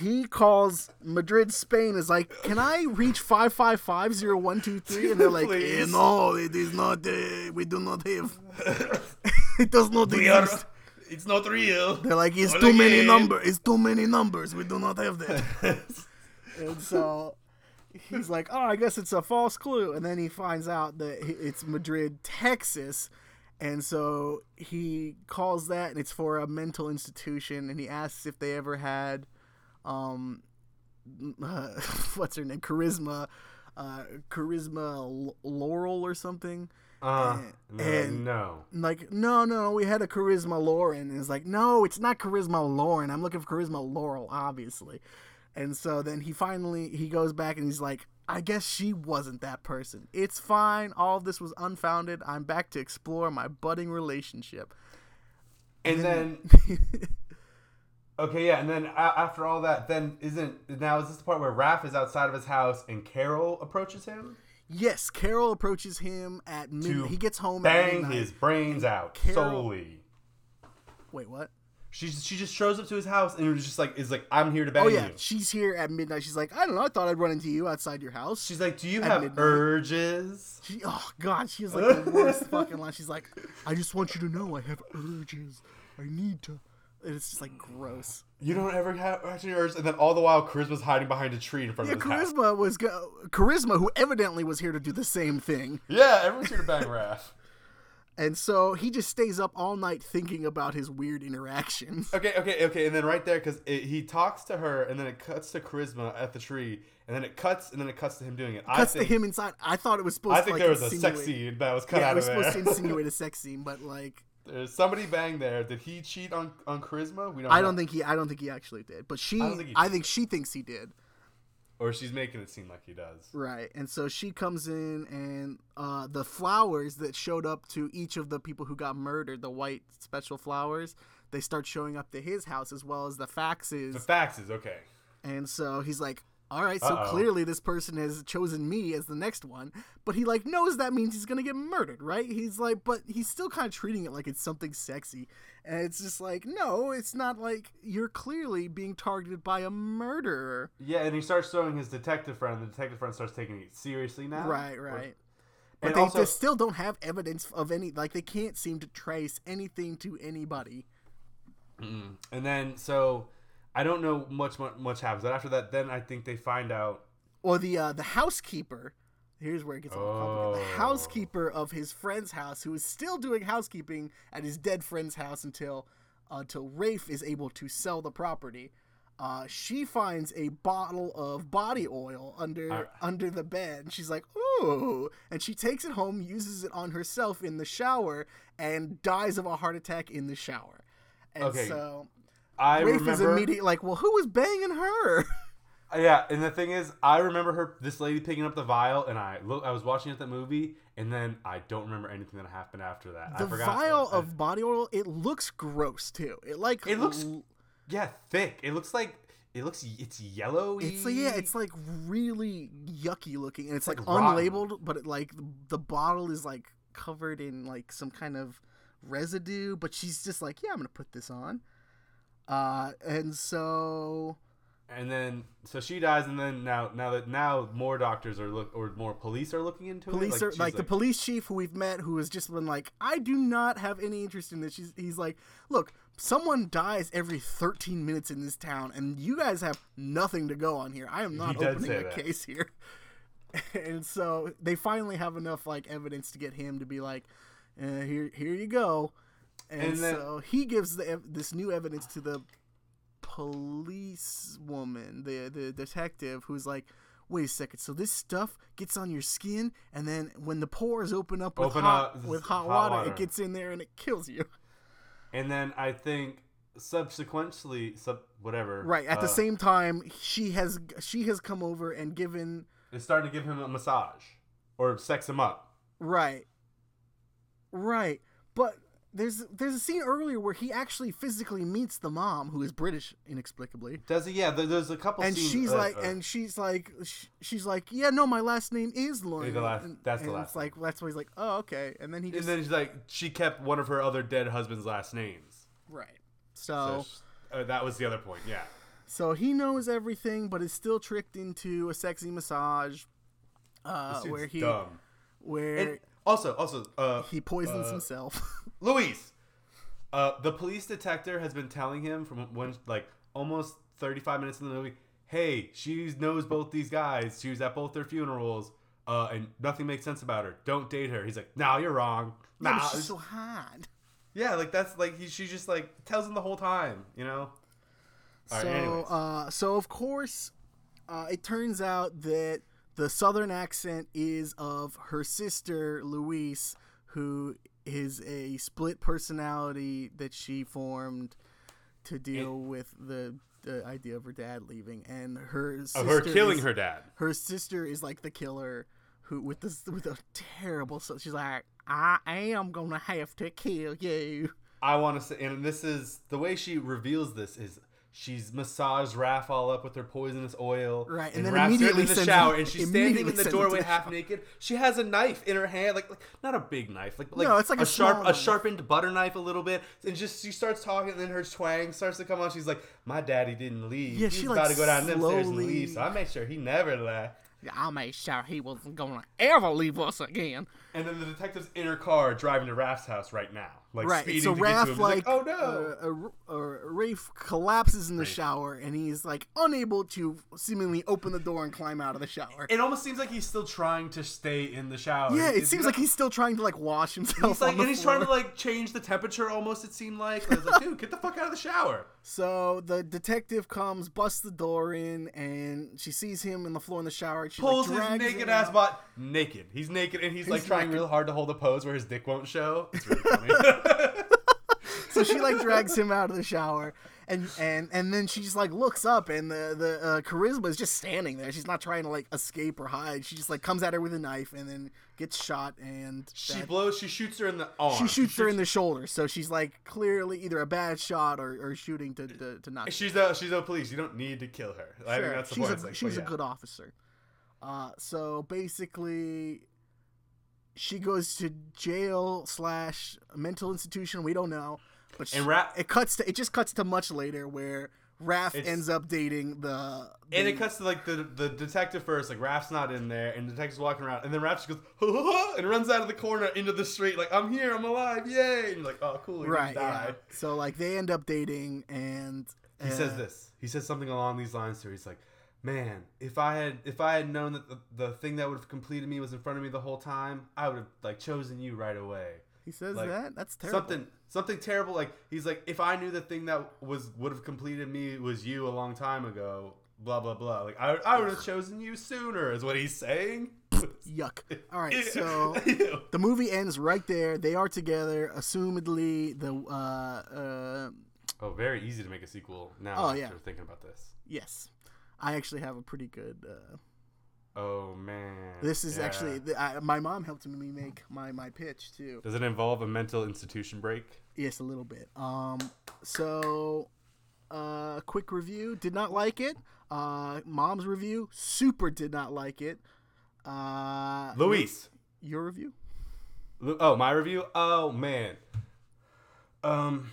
Speaker 1: he calls Madrid, Spain, is like, Can I reach 5550123? And they're like,
Speaker 2: Please.
Speaker 1: eh, No, it is not, uh, we do not have. it does not
Speaker 2: We are-
Speaker 1: exist.
Speaker 2: it's not real.
Speaker 1: They're like, It's
Speaker 2: All
Speaker 1: too many
Speaker 2: again."
Speaker 1: number. It's too many numbers. We do not have that. and so he's like, Oh, I guess it's a false clue. And then he finds out that he- it's Madrid, Texas. And so he calls that, and it's for a mental institution. And he asks if they ever had um, uh, what's her name, Charisma, uh, Charisma L- Laurel or something.
Speaker 3: Uh,
Speaker 1: And-
Speaker 3: no,
Speaker 1: "Eh, and-
Speaker 3: no.
Speaker 1: And like, no, no, we had a Charisma Lauren. And it's like, no, it's not Charisma Lauren. I'm looking for Charisma Laurel, obviously. And so then he finally he goes back and he's like, I guess she wasn't that person. It's fine. All of this was unfounded. I'm back to explore my budding relationship.
Speaker 3: And then
Speaker 2: Okay, yeah, and then a- after all that, then isn't now is this the part where Raph is outside of his house and Carol approaches him?
Speaker 1: Yes, Carol approaches him at
Speaker 3: To
Speaker 1: midnight. He gets home at
Speaker 3: bang
Speaker 1: midnight.
Speaker 3: his brains out
Speaker 1: Carol-
Speaker 3: solely.
Speaker 1: Wait, what?
Speaker 2: She she just shows up to his house and is just like is like I'm here to bang
Speaker 1: Oh yeah,
Speaker 2: you.
Speaker 1: she's here at midnight. She's like, I don't know. I thought I'd run into you outside your house.
Speaker 2: She's like, "Do you
Speaker 1: At
Speaker 2: have
Speaker 1: midnight.
Speaker 2: urges?"
Speaker 1: She, oh god, she was like the worst fucking line. She's like, I just want you to know I have urges. I need to. And it's just like gross.
Speaker 2: You don't ever have actually urge, and then all the while, Charisma's hiding behind a tree in front
Speaker 1: Yeah,
Speaker 2: of his house.
Speaker 1: charisma was go- charisma, who evidently was here to do the same thing,
Speaker 2: Yeah, everyone's here to bang Raph.
Speaker 1: and so he just stays up all night thinking about his weird interactions.
Speaker 2: Okay, okay, okay, and then right there, because he talks to her, and then it cuts to Charisma at the tree, and then it cuts, and then it cuts to him doing it. I
Speaker 1: Cuts
Speaker 2: think,
Speaker 1: to him inside. I thought it was supposed.
Speaker 2: I
Speaker 1: to,
Speaker 2: think
Speaker 1: like,
Speaker 2: there was a
Speaker 1: insinuate-
Speaker 2: sex scene that was cut
Speaker 1: Yeah, it
Speaker 2: out
Speaker 1: was
Speaker 2: of there.
Speaker 1: supposed to insinuate a sex scene, but like
Speaker 2: There's somebody bang there. Did he cheat on on Charisma? We don't.
Speaker 1: I don't
Speaker 2: know.
Speaker 1: think he. I don't think he actually did. But she.
Speaker 2: Uh-huh. don't think he
Speaker 1: I
Speaker 2: did.
Speaker 1: think she thinks he did.
Speaker 2: or she's making it seem like he does.
Speaker 1: Right. And so she comes in, and uh, the flowers that showed up to each of the people who got murdered, the white special flowers, they start showing up to his house as well as the faxes.
Speaker 2: The faxes, okay.
Speaker 1: And so he's like, all right, so
Speaker 2: Uh-oh.
Speaker 1: clearly this person has chosen me as the next one, but he like knows that means he's gonna get murdered, right? He's like, but he's still kind of treating it like it's something sexy, and it's just like, no, it's not like you're clearly being targeted by a murderer,
Speaker 2: Yeah, and he starts showing his detective friend. and The detective friend starts taking it seriously now.
Speaker 1: right?
Speaker 2: Or-
Speaker 1: Right. But
Speaker 2: and
Speaker 1: they,
Speaker 2: also,
Speaker 1: they still don't have evidence of any, like they can't seem to trace anything to anybody.
Speaker 2: and then so I don't know much much, much happens. But after that, then I think they find out.
Speaker 1: or the uh, the housekeeper. Here's where it gets a little complicated.
Speaker 2: Oh.
Speaker 1: The housekeeper of his friend's house, who is still doing housekeeping at his dead friend's house until uh, until Rafe is able to sell the property. Uh, she finds a bottle of body oil under under the bed. And she's like, "Ooh!" And she takes it home, uses it on herself in the shower, and dies of a heart attack in the shower. And
Speaker 2: Okay.
Speaker 1: so
Speaker 2: I
Speaker 1: Rafe is
Speaker 2: remember.
Speaker 1: immediately like, "Well, who was banging her?"
Speaker 2: Yeah, and the thing is, I remember her, this lady picking up the vial, and I look. I was watching it that movie, and then I don't remember anything that happened after that.
Speaker 1: the
Speaker 2: I forgot.
Speaker 1: vial
Speaker 2: I-
Speaker 1: of body oil it looks gross too it like
Speaker 2: It looks-
Speaker 1: l-
Speaker 2: yeah, thick. It looks like it looks. It's yellowy.
Speaker 1: it's like yeah it's like really yucky looking and it's, like,
Speaker 2: rotten.
Speaker 1: unlabeled but it like the bottle is like covered in like some kind of residue but she's just like yeah i'm gonna put this on uh and so
Speaker 2: and then so she dies, and then now now that now more doctors are look or more police are looking into
Speaker 1: police
Speaker 2: it.
Speaker 1: are
Speaker 2: she's
Speaker 1: like, the police chief who we've met who has just been like i do not have any interest in this She's, he's like look someone dies every 13 minutes in this town and you guys have nothing to go on here i am not
Speaker 2: He did
Speaker 1: opening
Speaker 2: say
Speaker 1: a
Speaker 2: that.
Speaker 1: case here and so they finally have enough like evidence to get him to be like uh, here here you go and,
Speaker 2: And then-
Speaker 1: so he gives the, ev- this new evidence to the police woman, the the detective, who's like, "Wait a second. So this stuff gets on your skin, and then when the pores open up with
Speaker 2: Open
Speaker 1: hot
Speaker 2: up,
Speaker 1: with
Speaker 2: z-
Speaker 1: hot
Speaker 2: hot
Speaker 1: water,
Speaker 2: water.
Speaker 1: it gets in there and it kills you."
Speaker 2: And then I think subsequently, sub whatever.
Speaker 1: Right. At
Speaker 2: uh,
Speaker 1: the same time, she has she has come over and given
Speaker 2: it's starting to give him a massage or sex him up.
Speaker 1: right, right. But there's there's a scene earlier where he actually physically meets the mom who is British inexplicably.
Speaker 2: Does he? Yeah, there, there's a couple.
Speaker 1: and
Speaker 2: scenes,
Speaker 1: she's
Speaker 2: uh,
Speaker 1: like,
Speaker 2: uh,
Speaker 1: and she's like, sh- she's like, yeah, no, my last name is Lauren.
Speaker 2: the last-
Speaker 1: and,
Speaker 2: that's the
Speaker 1: and
Speaker 2: last
Speaker 1: It's like that's why he's like, oh, okay, and then he
Speaker 2: and
Speaker 1: just
Speaker 2: then she's like, she kept one of her other dead husband's last names.
Speaker 1: right. So,
Speaker 2: So sh- uh, that was the other point. Yeah.
Speaker 1: so he knows everything, but is still tricked into a sexy massage, uh,
Speaker 2: Dude's
Speaker 1: where he
Speaker 2: dumb.
Speaker 1: where
Speaker 2: And also, also, uh,
Speaker 1: he poisons himself.
Speaker 2: Luis. Uh, the police detective has been telling him from when, like, almost 35 minutes in the movie, hey, she knows both these guys. She was at both their funerals, uh, and nothing makes sense about her. Don't date her. He's like, nah, you're wrong.
Speaker 1: Yeah,
Speaker 2: Nah.
Speaker 1: but she's so hot.
Speaker 2: yeah, like, that's like, he, she just, like, tells him the whole time, you know? All right,
Speaker 1: so,
Speaker 2: anyways.
Speaker 1: uh, so of course, uh, it turns out that the southern accent is of her sister Louise, who is a split personality that she formed to deal with the, the idea of her dad leaving and her sister
Speaker 2: Of her killing
Speaker 1: is-
Speaker 2: her dad.
Speaker 1: her sister is like the killer who with this with a terrible so she's like I am gonna have to kill you.
Speaker 2: I want to say, and this is the way she reveals this is she's massaged Raph all up with her poisonous oil,
Speaker 1: Right, and then
Speaker 2: Raph's
Speaker 1: immediately
Speaker 2: in the
Speaker 1: sends
Speaker 2: shower,
Speaker 1: him-
Speaker 2: and she's
Speaker 1: immediately
Speaker 2: standing in the
Speaker 1: sends him to
Speaker 2: doorway
Speaker 1: the
Speaker 2: half naked. She has a knife in her hand, like, like not a big knife, like, like
Speaker 1: No, it's like a
Speaker 2: sharp,
Speaker 1: small
Speaker 2: a
Speaker 1: knife.
Speaker 2: sharpened butter knife, a little bit, and just she starts talking, and then her twang starts to come on. She's like, "My daddy didn't leave.
Speaker 1: Yeah,
Speaker 2: He's
Speaker 1: she, like,
Speaker 2: about to go down them stairs and
Speaker 1: slowly-
Speaker 2: leave, so I make sure he never left."
Speaker 1: I made sure he wasn't gonna ever leave us again.
Speaker 2: And then the detective's in her car driving to Raph's house right now, like
Speaker 1: Right.
Speaker 2: speeding
Speaker 1: So
Speaker 2: to get to him.
Speaker 1: Raph
Speaker 2: He's
Speaker 1: like,
Speaker 2: like, "Oh no!"
Speaker 1: uh, uh, uh, Rafe collapses in the shower and he's like unable to seemingly open the door and climb out of the shower.
Speaker 2: it almost seems like he's still trying to stay in the shower.
Speaker 1: yeah, it
Speaker 2: It's-
Speaker 1: seems like he's still trying to like wash himself.
Speaker 2: he's like,
Speaker 1: on the
Speaker 2: and he's
Speaker 1: floor.
Speaker 2: trying to like change the temperature. Almost, it seemed like. I was like, dude, get the fuck out of the shower.
Speaker 1: So the detective comes, busts the door in, and she sees him in the floor in the shower. And she
Speaker 2: Pulls
Speaker 1: like,
Speaker 2: his
Speaker 1: drags
Speaker 2: naked
Speaker 1: him
Speaker 2: ass
Speaker 1: out.
Speaker 2: butt, naked. He's naked, and he's, like trying
Speaker 1: naked.
Speaker 2: real hard to hold a pose where his dick won't show. It's really funny.
Speaker 1: so she like drags him out of the shower, and and and then she just like looks up, and the the uh, charisma is just standing there. She's not trying to like escape or hide. She just like comes at her with a knife, and then gets shot, and
Speaker 2: She
Speaker 1: that-
Speaker 2: blows. She shoots her in the arm.
Speaker 1: she shoots her in the shoulder. So she's like clearly either a bad shot or, or shooting to to, to knock.
Speaker 2: She's a she's a police. You don't need to kill her. I think
Speaker 1: Sure.
Speaker 2: that's the
Speaker 1: she's
Speaker 2: point.
Speaker 1: a,
Speaker 2: It's like,
Speaker 1: she's
Speaker 2: but
Speaker 1: a
Speaker 2: yeah.
Speaker 1: good officer. Uh, so basically, she goes to jail slash mental institution. We don't know, but she,
Speaker 2: And Ra-
Speaker 1: it cuts to it just cuts to much later where Raph
Speaker 2: It's-
Speaker 1: ends up dating the,
Speaker 2: And
Speaker 1: the-
Speaker 2: it cuts to like the the detective first, like Raph's not in there, and the detective's walking around, and then Raph just goes and runs out of the corner into the street, like I'm here, I'm alive, yay! And you're like, oh, cool, he
Speaker 1: right.
Speaker 2: right,
Speaker 1: Yeah.
Speaker 2: died.
Speaker 1: So like they end up dating, and
Speaker 2: He says
Speaker 1: uh,
Speaker 2: this. He says something along these lines to her. He's like, "Man, if I had if I had known that the, the thing that would have completed me was in front of me the whole time, I would have like chosen you right away."
Speaker 1: He says
Speaker 2: Like,
Speaker 1: that that's terrible.
Speaker 2: Something something terrible. Like he's like, if I knew the thing that was would have completed me was you a long time ago. Blah blah blah. Like I, I would have chosen you sooner. Is what he's saying.
Speaker 1: Yuck. All right,
Speaker 2: Ew.
Speaker 1: so
Speaker 2: Ew.
Speaker 1: the movie ends right there. They are together. Assumedly, the uh, uh,
Speaker 3: Oh, very easy to make a sequel now.
Speaker 1: Oh,
Speaker 3: after
Speaker 1: yeah.
Speaker 3: thinking about this.
Speaker 1: yes, I actually have a pretty good. Uh,
Speaker 3: Oh man.
Speaker 1: this is
Speaker 3: Yeah.
Speaker 1: actually the, I, my mom helped me make my my pitch too.
Speaker 3: Does it involve a mental institution break?
Speaker 1: Yes, a little bit. Um, so uh, quick review. Did not like it. Uh, mom's review. Super did not like it. Uh,
Speaker 3: Luis.
Speaker 1: your review.
Speaker 3: Lu- Oh, my review. Oh man. Um,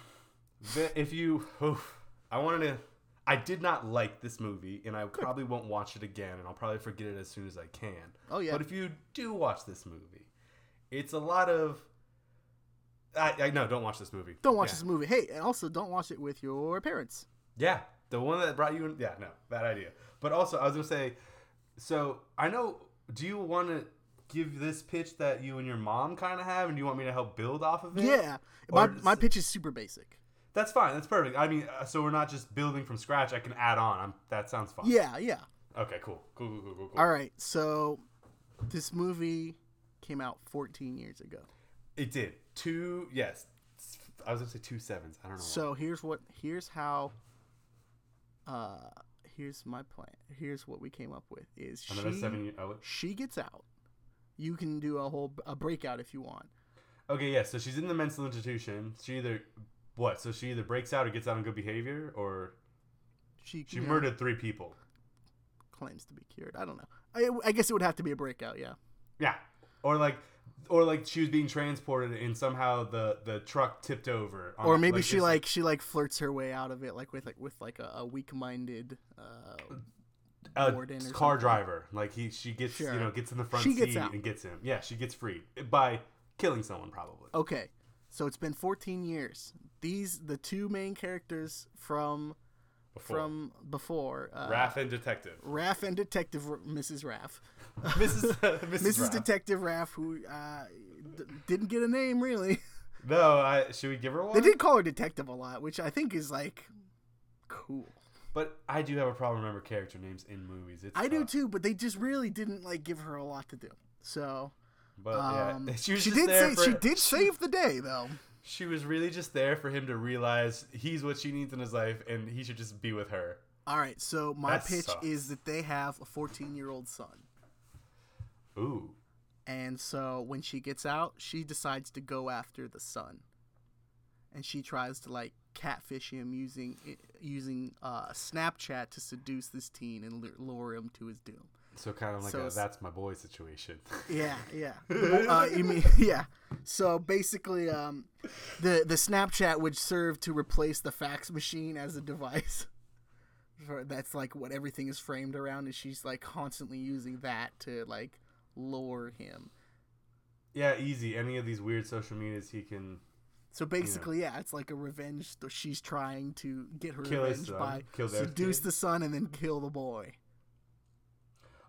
Speaker 3: ve- if you, oof,
Speaker 2: I wanted to. I did not like this movie, and I probably won't watch it again, and I'll probably forget it as soon as I can.
Speaker 1: Oh, yeah.
Speaker 2: But if you do watch this movie, it's a lot of. I, I no, don't watch this movie.
Speaker 1: Don't watch
Speaker 2: yeah.
Speaker 1: this movie. Hey, and also don't watch it with your parents.
Speaker 2: Yeah, the one that brought you in. Yeah, no, bad idea. But also, I was gonna say, so I know. Do you want to give this pitch that you and your mom kind of have, and do you want me to help build off of it?
Speaker 1: Yeah, my
Speaker 2: Or
Speaker 1: my pitch is super basic.
Speaker 2: That's fine. That's perfect. I mean, uh, so we're not just building from scratch. I can add on. I'm, that sounds fine.
Speaker 1: Yeah, yeah.
Speaker 2: Okay. Cool. Cool. Cool. Cool. Cool. cool.
Speaker 1: All right, so this movie came out 14 years ago.
Speaker 2: It did. Two, yes. I was going to say two sevens. I don't know. why.
Speaker 1: So here's what here's how uh here's my plan. Here's what we came up with is
Speaker 3: another
Speaker 1: she
Speaker 3: seven. Year, oh,
Speaker 1: she gets out. You can do a whole a breakout if you want.
Speaker 2: Okay, yeah. So she's in the mental institution. She either, what? So she either breaks out or gets out on good behavior or
Speaker 1: She,
Speaker 2: she
Speaker 1: you know,
Speaker 2: murdered three people.
Speaker 1: claims to be cured. I don't know. I, I guess it would have to be a breakout, yeah.
Speaker 2: Yeah. Or like, or like she was being transported and somehow the, the truck tipped over. on-
Speaker 1: Or maybe she
Speaker 2: it's-
Speaker 1: like she like flirts her way out of it like with like with like a, a weak-minded uh
Speaker 2: a
Speaker 1: Warden or
Speaker 2: car
Speaker 1: something.
Speaker 2: driver. Like he, she gets
Speaker 1: Sure.
Speaker 2: you know gets in the front
Speaker 1: She
Speaker 2: seat
Speaker 1: gets out.
Speaker 2: and gets him. Yeah, she gets free by killing someone probably.
Speaker 1: Okay, so it's been 14 years. These the two main characters from
Speaker 3: Before.
Speaker 1: from before uh,
Speaker 2: Raph and detective.
Speaker 1: Raph and Detective R- Mrs. Raff,
Speaker 2: Mrs. Mrs.
Speaker 1: Mrs.
Speaker 2: Raph.
Speaker 1: Detective Raff, who uh, d- didn't get a name really.
Speaker 2: no, I, should we give her one?
Speaker 1: they did call her Detective a lot, which I think is like cool.
Speaker 2: But I do have a problem remembering character names in movies. It's
Speaker 1: I do
Speaker 2: tough.
Speaker 1: too, but they just really didn't like give her a lot to do. So
Speaker 2: But
Speaker 1: um,
Speaker 2: yeah,
Speaker 1: she,
Speaker 2: she was just
Speaker 1: did
Speaker 2: there
Speaker 1: say
Speaker 2: for,
Speaker 1: she did save the day though.
Speaker 2: She was really just there for him to realize he's what she needs in his life, and he should just be with her.
Speaker 1: All right, so my
Speaker 2: That
Speaker 1: pitch
Speaker 2: sucks.
Speaker 1: is that they have a 14 year old son.
Speaker 2: Ooh,
Speaker 1: And so when she gets out, she decides to go after the son. And she tries to like catfish him using using uh, Snapchat to seduce this teen and lure- lure him to his doom.
Speaker 3: so kind of like
Speaker 1: So
Speaker 3: a
Speaker 1: it's-
Speaker 3: that's my boy situation.
Speaker 1: Yeah, yeah. uh, you mean yeah? So basically, um, the the Snapchat would serve to replace the fax machine as a device. For- That's like what everything is framed around, and she's like constantly using that to like lure him.
Speaker 2: yeah, easy. Any of these weird social medias, he can
Speaker 1: So basically, yeah, it's like a revenge. sto- She's trying to get her
Speaker 2: Kill his
Speaker 1: revenge
Speaker 2: son,
Speaker 1: by
Speaker 2: kill their
Speaker 1: seduce
Speaker 2: kid.
Speaker 1: the son and then kill the boy.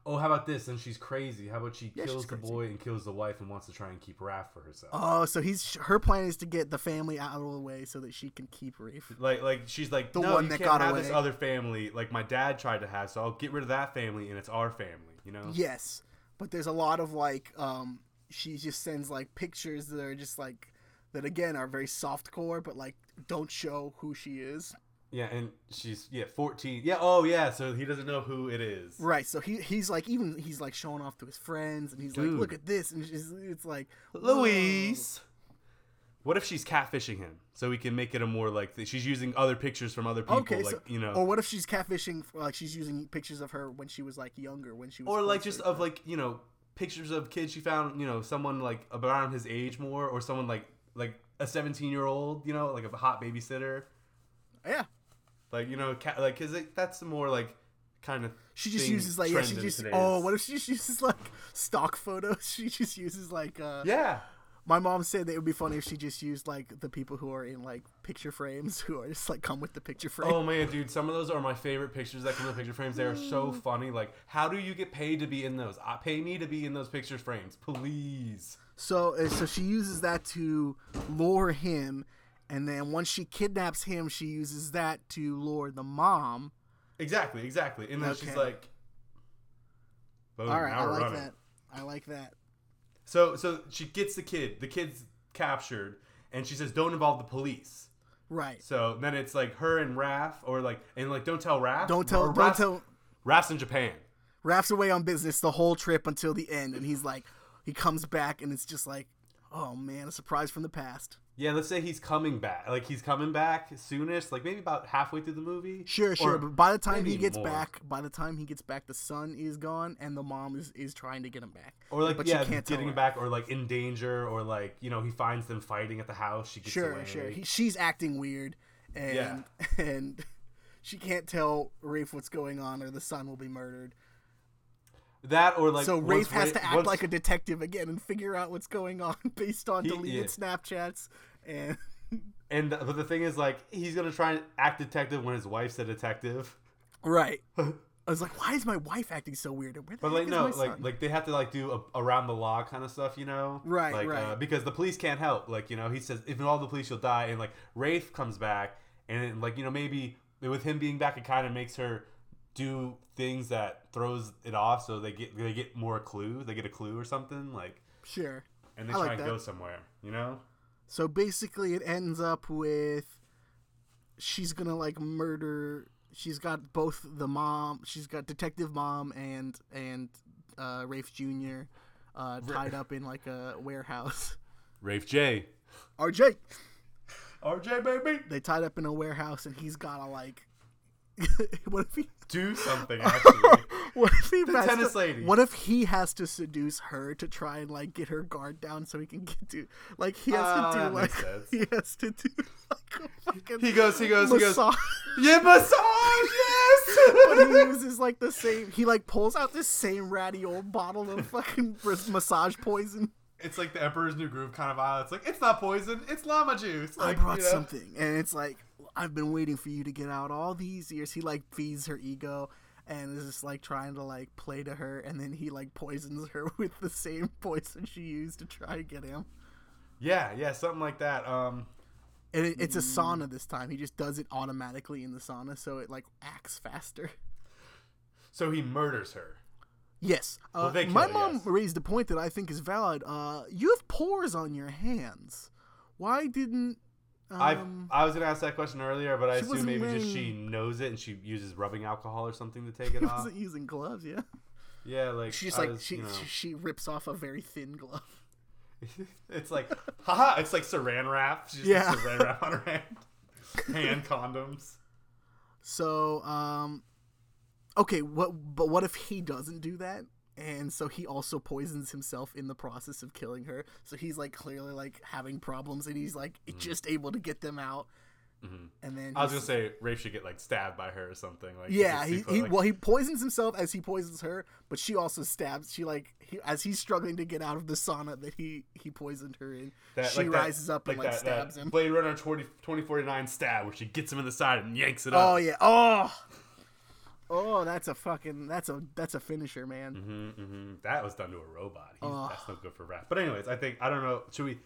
Speaker 2: Oh, how about this? And she's crazy. How about she
Speaker 1: Yeah, she's
Speaker 2: kills the
Speaker 1: crazy.
Speaker 2: boy and kills the wife and wants to try and keep Raph for herself?
Speaker 1: Oh, so he's her plan is to get the family out of the way so that she can keep Reef.
Speaker 2: Like, like she's like
Speaker 1: The
Speaker 2: no,
Speaker 1: one
Speaker 2: you
Speaker 1: that
Speaker 2: can't
Speaker 1: got
Speaker 2: have
Speaker 1: away."
Speaker 2: this other family. Like my dad tried to have, so I'll get rid of that family and it's our family. You know?
Speaker 1: Yes, but there's a lot of like um, she just sends like pictures that are just like that again are very soft core, but like don't show who she is.
Speaker 2: Yeah, and she's yeah, fourteen. Yeah, oh yeah, so he doesn't know who it is.
Speaker 1: Right. So he he's like even he's like showing off to his friends, and he's
Speaker 2: Dude.
Speaker 1: like, look at this, and she's, it's like
Speaker 2: Louise. What if she's catfishing him so we can make it a more like th- she's using other pictures from other people,
Speaker 1: "Whoa." Okay,
Speaker 2: like
Speaker 1: so,
Speaker 2: you know,
Speaker 1: or what if she's catfishing? For, like she's using pictures of her when she was like younger, when she was,
Speaker 2: or like
Speaker 1: closer.
Speaker 2: just of like you know pictures of kids she found you know someone like around his age more or someone like like a 17 year old you know like a hot babysitter
Speaker 1: yeah,
Speaker 2: like you know ca- like because like, that's the more like kind of
Speaker 1: She just
Speaker 2: thing-
Speaker 1: uses like yeah,
Speaker 2: trend
Speaker 1: she
Speaker 2: in
Speaker 1: just
Speaker 2: today's-
Speaker 1: oh what if she just uses like stock photos? She just uses like uh
Speaker 2: yeah
Speaker 1: my mom said that it would be funny if she just used like the people who are in like picture frames who are just like come with the picture frame.
Speaker 2: oh man dude some of those are my favorite pictures that come in the picture frames they are so
Speaker 1: Mm.
Speaker 2: funny like how do you get paid to be in those I, pay me to be in those picture frames please
Speaker 1: So uh, so she uses that to lure him and then once she kidnaps him she uses that to lure the mom.
Speaker 2: exactly exactly and then she's
Speaker 1: Okay.
Speaker 2: like boom,
Speaker 1: All right,
Speaker 2: Oh, now
Speaker 1: I
Speaker 2: we're
Speaker 1: like
Speaker 2: running.
Speaker 1: that. I like that.
Speaker 2: So so she gets the kid. The kid's captured, and she says, "Don't involve the police."
Speaker 1: Right.
Speaker 2: So then it's like her and Raph, or like and like don't tell Raph.
Speaker 1: Don't tell
Speaker 2: Or
Speaker 1: don't
Speaker 2: Raph's-
Speaker 1: tell
Speaker 2: Raph's in Japan.
Speaker 1: Raph's away on business the whole trip until the end and he's like he comes back and it's just like oh man, a surprise from the past.
Speaker 2: Yeah, let's say he's coming back. Like he's coming back soonest, like maybe about halfway through the movie.
Speaker 1: Sure, sure.
Speaker 2: Or
Speaker 1: But by the time he
Speaker 2: maybe
Speaker 1: gets
Speaker 2: more.
Speaker 1: back, by the time he gets back, the son is gone, and the mom is is trying to get him back.
Speaker 2: Or like
Speaker 1: but
Speaker 2: yeah,
Speaker 1: she can't tell
Speaker 2: getting
Speaker 1: her.
Speaker 2: him back, or like in danger, or like you know he finds them fighting at the house. She gets
Speaker 1: Sure,
Speaker 2: away.
Speaker 1: sure. He, she's acting weird, and
Speaker 2: Yeah.
Speaker 1: and she can't tell Rafe what's going on, or the son will be murdered.
Speaker 2: that or like
Speaker 1: So
Speaker 2: once
Speaker 1: Rafe has
Speaker 2: Ra-
Speaker 1: to act
Speaker 2: once-
Speaker 1: like a detective again and figure out what's going on based on
Speaker 2: He-
Speaker 1: deleted
Speaker 2: yeah.
Speaker 1: Snapchats and.
Speaker 2: And the, but the thing is like he's gonna try and act detective when his wife's a detective.
Speaker 1: Right. I was like, why is my wife acting so weird? And where the
Speaker 2: But
Speaker 1: heck
Speaker 2: like
Speaker 1: is
Speaker 2: no,
Speaker 1: my
Speaker 2: like
Speaker 1: son?
Speaker 2: like they have to like do a, around the law kind of stuff, you know?
Speaker 1: Right,
Speaker 2: like,
Speaker 1: right.
Speaker 2: Uh, because the police can't help. Like you know, he says if all the police, you'll die. And like Rafe comes back, and like you know maybe with him being back, it kind of makes her do things that throws it off, so they get they get more clue, they get a clue or something like,
Speaker 1: sure.
Speaker 2: and they
Speaker 1: I
Speaker 2: try
Speaker 1: like
Speaker 2: and
Speaker 1: that.
Speaker 2: go somewhere, you know?
Speaker 1: So basically, it ends up with she's gonna like murder. She's got both the mom. She's got Detective Mom and and uh, Rafe Jr. Uh, tied up in like a warehouse.
Speaker 2: Rafe J.
Speaker 1: RJ,
Speaker 2: RJ baby,
Speaker 1: they tied up in a warehouse, and he's gotta like. what if he?
Speaker 2: do something actually.
Speaker 1: What if he? has
Speaker 2: tennis
Speaker 1: to,
Speaker 2: lady.
Speaker 1: What if he has to seduce her to try and like get her guard down so he can get to like he has
Speaker 2: Ah,
Speaker 1: to do
Speaker 2: that
Speaker 1: like
Speaker 2: makes sense.
Speaker 1: he has to do like a fucking
Speaker 2: he goes, he goes, he goes.
Speaker 1: massage.
Speaker 2: Yeah, massage. Yes.
Speaker 1: but he uses like the same. He like pulls out this same ratty old bottle of fucking bris- massage poison.
Speaker 2: it's like the Emperor's New Groove kind of vibe. It's like it's not poison, it's llama juice.
Speaker 1: I
Speaker 2: Like,
Speaker 1: brought
Speaker 2: you know?
Speaker 1: something, and it's like I've been waiting for you to get out all these years. He like feeds her ego, and is just like trying to like play to her, and then he like poisons her with the same poison she used to try to get him.
Speaker 2: Yeah, yeah, something like that. Um,
Speaker 1: And it, it's a sauna this time. He just does it automatically in the sauna, so it like acts faster.
Speaker 2: so he murders her.
Speaker 1: Yes. Uh,
Speaker 2: they
Speaker 1: my
Speaker 2: kill,
Speaker 1: mom
Speaker 2: yes.
Speaker 1: raised a point that I think is valid. Uh, you have pores on your hands. Why didn't um,
Speaker 2: I I was gonna ask that question earlier, but I
Speaker 1: she
Speaker 2: assume
Speaker 1: wasn't
Speaker 2: maybe just
Speaker 1: wearing-
Speaker 2: she knows it and she uses rubbing alcohol or something to take it
Speaker 1: I
Speaker 2: off.
Speaker 1: wasn't using gloves? Yeah.
Speaker 2: Yeah, like
Speaker 1: She's
Speaker 2: I
Speaker 1: like
Speaker 2: was,
Speaker 1: Uh, she,
Speaker 2: you know.
Speaker 1: she she rips off a very thin glove.
Speaker 2: it's like haha, it's like Saran wrap. She's
Speaker 1: Yeah.
Speaker 2: yeah, Saran wrap on her hand, hand condoms.
Speaker 1: So um, okay. What but what if he doesn't do that? And so he also poisons himself in the process of killing her. So he's like clearly like having problems, and he's like just able to get them out. And then
Speaker 2: Mm-hmm. I was
Speaker 1: he's-
Speaker 2: gonna say Rafe should get like stabbed by her or something. Like
Speaker 1: Yeah,
Speaker 2: just
Speaker 1: he,
Speaker 2: super,
Speaker 1: he
Speaker 2: like-
Speaker 1: well he poisons himself as he poisons her, but she also stabs. She like he, as he's struggling to get out of the sauna that he he poisoned her in.
Speaker 2: That-
Speaker 1: she
Speaker 2: like that-
Speaker 1: rises up and like
Speaker 2: that- that
Speaker 1: stabs him.
Speaker 2: Blade Runner 20, 2049 stab, where she gets him in the side and yanks it
Speaker 1: Oh
Speaker 2: up.
Speaker 1: yeah. Oh. Oh, that's a fucking that's a that's a finisher, man.
Speaker 2: hmm That was done to a robot. He's, That's no good for rap. But anyways, I think I don't know. Should we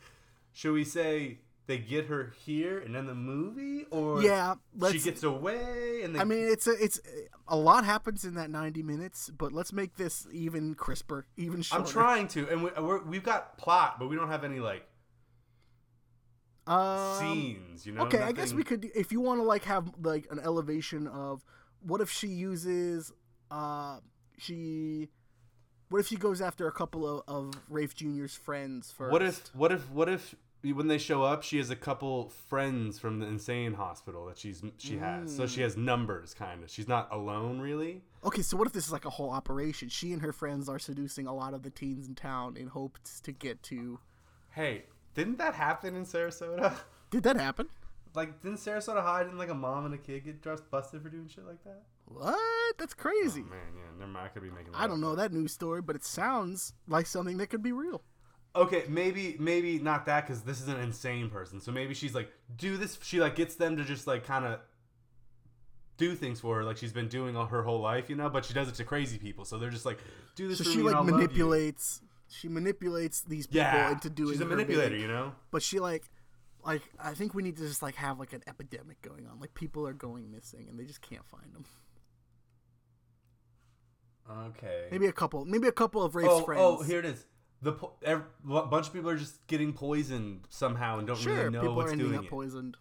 Speaker 2: should we say they get her here and then the movie, or
Speaker 1: Yeah,
Speaker 2: she
Speaker 1: let's-
Speaker 2: gets away and they,
Speaker 1: I mean, it's a it's a lot happens in that 90 minutes, but let's make this even crisper, even shorter.
Speaker 2: I'm trying to, and we, we're, we've got plot, but we don't have any like
Speaker 1: Um,
Speaker 2: scenes, you know.
Speaker 1: Okay, I guess
Speaker 2: Nothing-
Speaker 1: we could. do- If you want to like have like an elevation of what if she uses, uh, she, what if she goes after a couple of, of Rafe Junior's friends first?
Speaker 2: What if what if what if when they show up, she has a couple friends from the insane hospital that she's she has. So
Speaker 1: Mm.
Speaker 2: she has numbers, kind of. She's not alone, really.
Speaker 1: Okay, so what if this is like a whole operation? She and her friends are seducing a lot of the teens in town in hopes to get to.
Speaker 2: Hey, didn't that happen in Sarasota?
Speaker 1: Did that happen?
Speaker 2: Like, didn't Sarasota High didn't like a mom and a kid get dressed busted for doing shit like that? Oh,
Speaker 1: What? That's crazy.
Speaker 2: Man, yeah, never mind. I could be making. That
Speaker 1: I don't
Speaker 2: up.
Speaker 1: know that news story, but it sounds like something that could be real.
Speaker 2: Okay, maybe maybe not that because this is an insane person. So maybe she's like, do this. She like gets them to just like kind of do things for her, like she's been doing all her whole life, you know. But she does it to crazy people, so they're just like, do this.
Speaker 1: So
Speaker 2: for
Speaker 1: she
Speaker 2: me and
Speaker 1: like
Speaker 2: I'll love you."
Speaker 1: manipulates. She manipulates these people
Speaker 2: Yeah,
Speaker 1: into doing.
Speaker 2: She's a
Speaker 1: her
Speaker 2: manipulator,
Speaker 1: bidding.
Speaker 2: you know.
Speaker 1: But she like, like I think we need to just like have like an epidemic going on. Like people are going missing and they just can't find them.
Speaker 2: Okay.
Speaker 1: Maybe a couple. Maybe a couple of Rafe's
Speaker 2: oh,
Speaker 1: friends.
Speaker 2: oh, here it is. The po- ev- a bunch of people are just getting poisoned somehow and don't
Speaker 1: sure,
Speaker 2: really know
Speaker 1: people are
Speaker 2: what's
Speaker 1: ending
Speaker 2: doing
Speaker 1: up
Speaker 2: it.
Speaker 1: poisoned.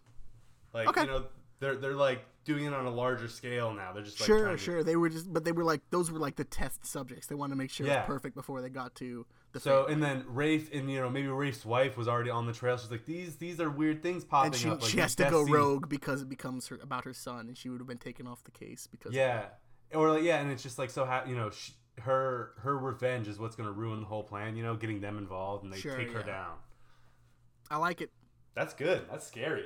Speaker 2: like
Speaker 1: Okay.
Speaker 2: you know, they're they're like doing it on a larger scale now. They're just like
Speaker 1: sure,
Speaker 2: trying to-
Speaker 1: sure. They were just, but they were like those were like the test subjects. They wanted to make sure it
Speaker 2: Yeah.
Speaker 1: was perfect before they got to the.
Speaker 2: So and then Rafe and you know maybe Rafe's wife was already on the trail. She's like these these are weird things popping
Speaker 1: and she,
Speaker 2: up. Like,
Speaker 1: she
Speaker 2: these
Speaker 1: has to
Speaker 2: death
Speaker 1: go
Speaker 2: scenes.
Speaker 1: rogue because it becomes her about her son, and she would have been taken off the case because
Speaker 2: Yeah, or like, yeah, and it's just like so how you know she, her her revenge is what's gonna ruin the whole plan. You know, getting them involved and they
Speaker 1: Sure,
Speaker 2: take her
Speaker 1: yeah.
Speaker 2: down.
Speaker 1: I like it.
Speaker 2: That's good. That's scary.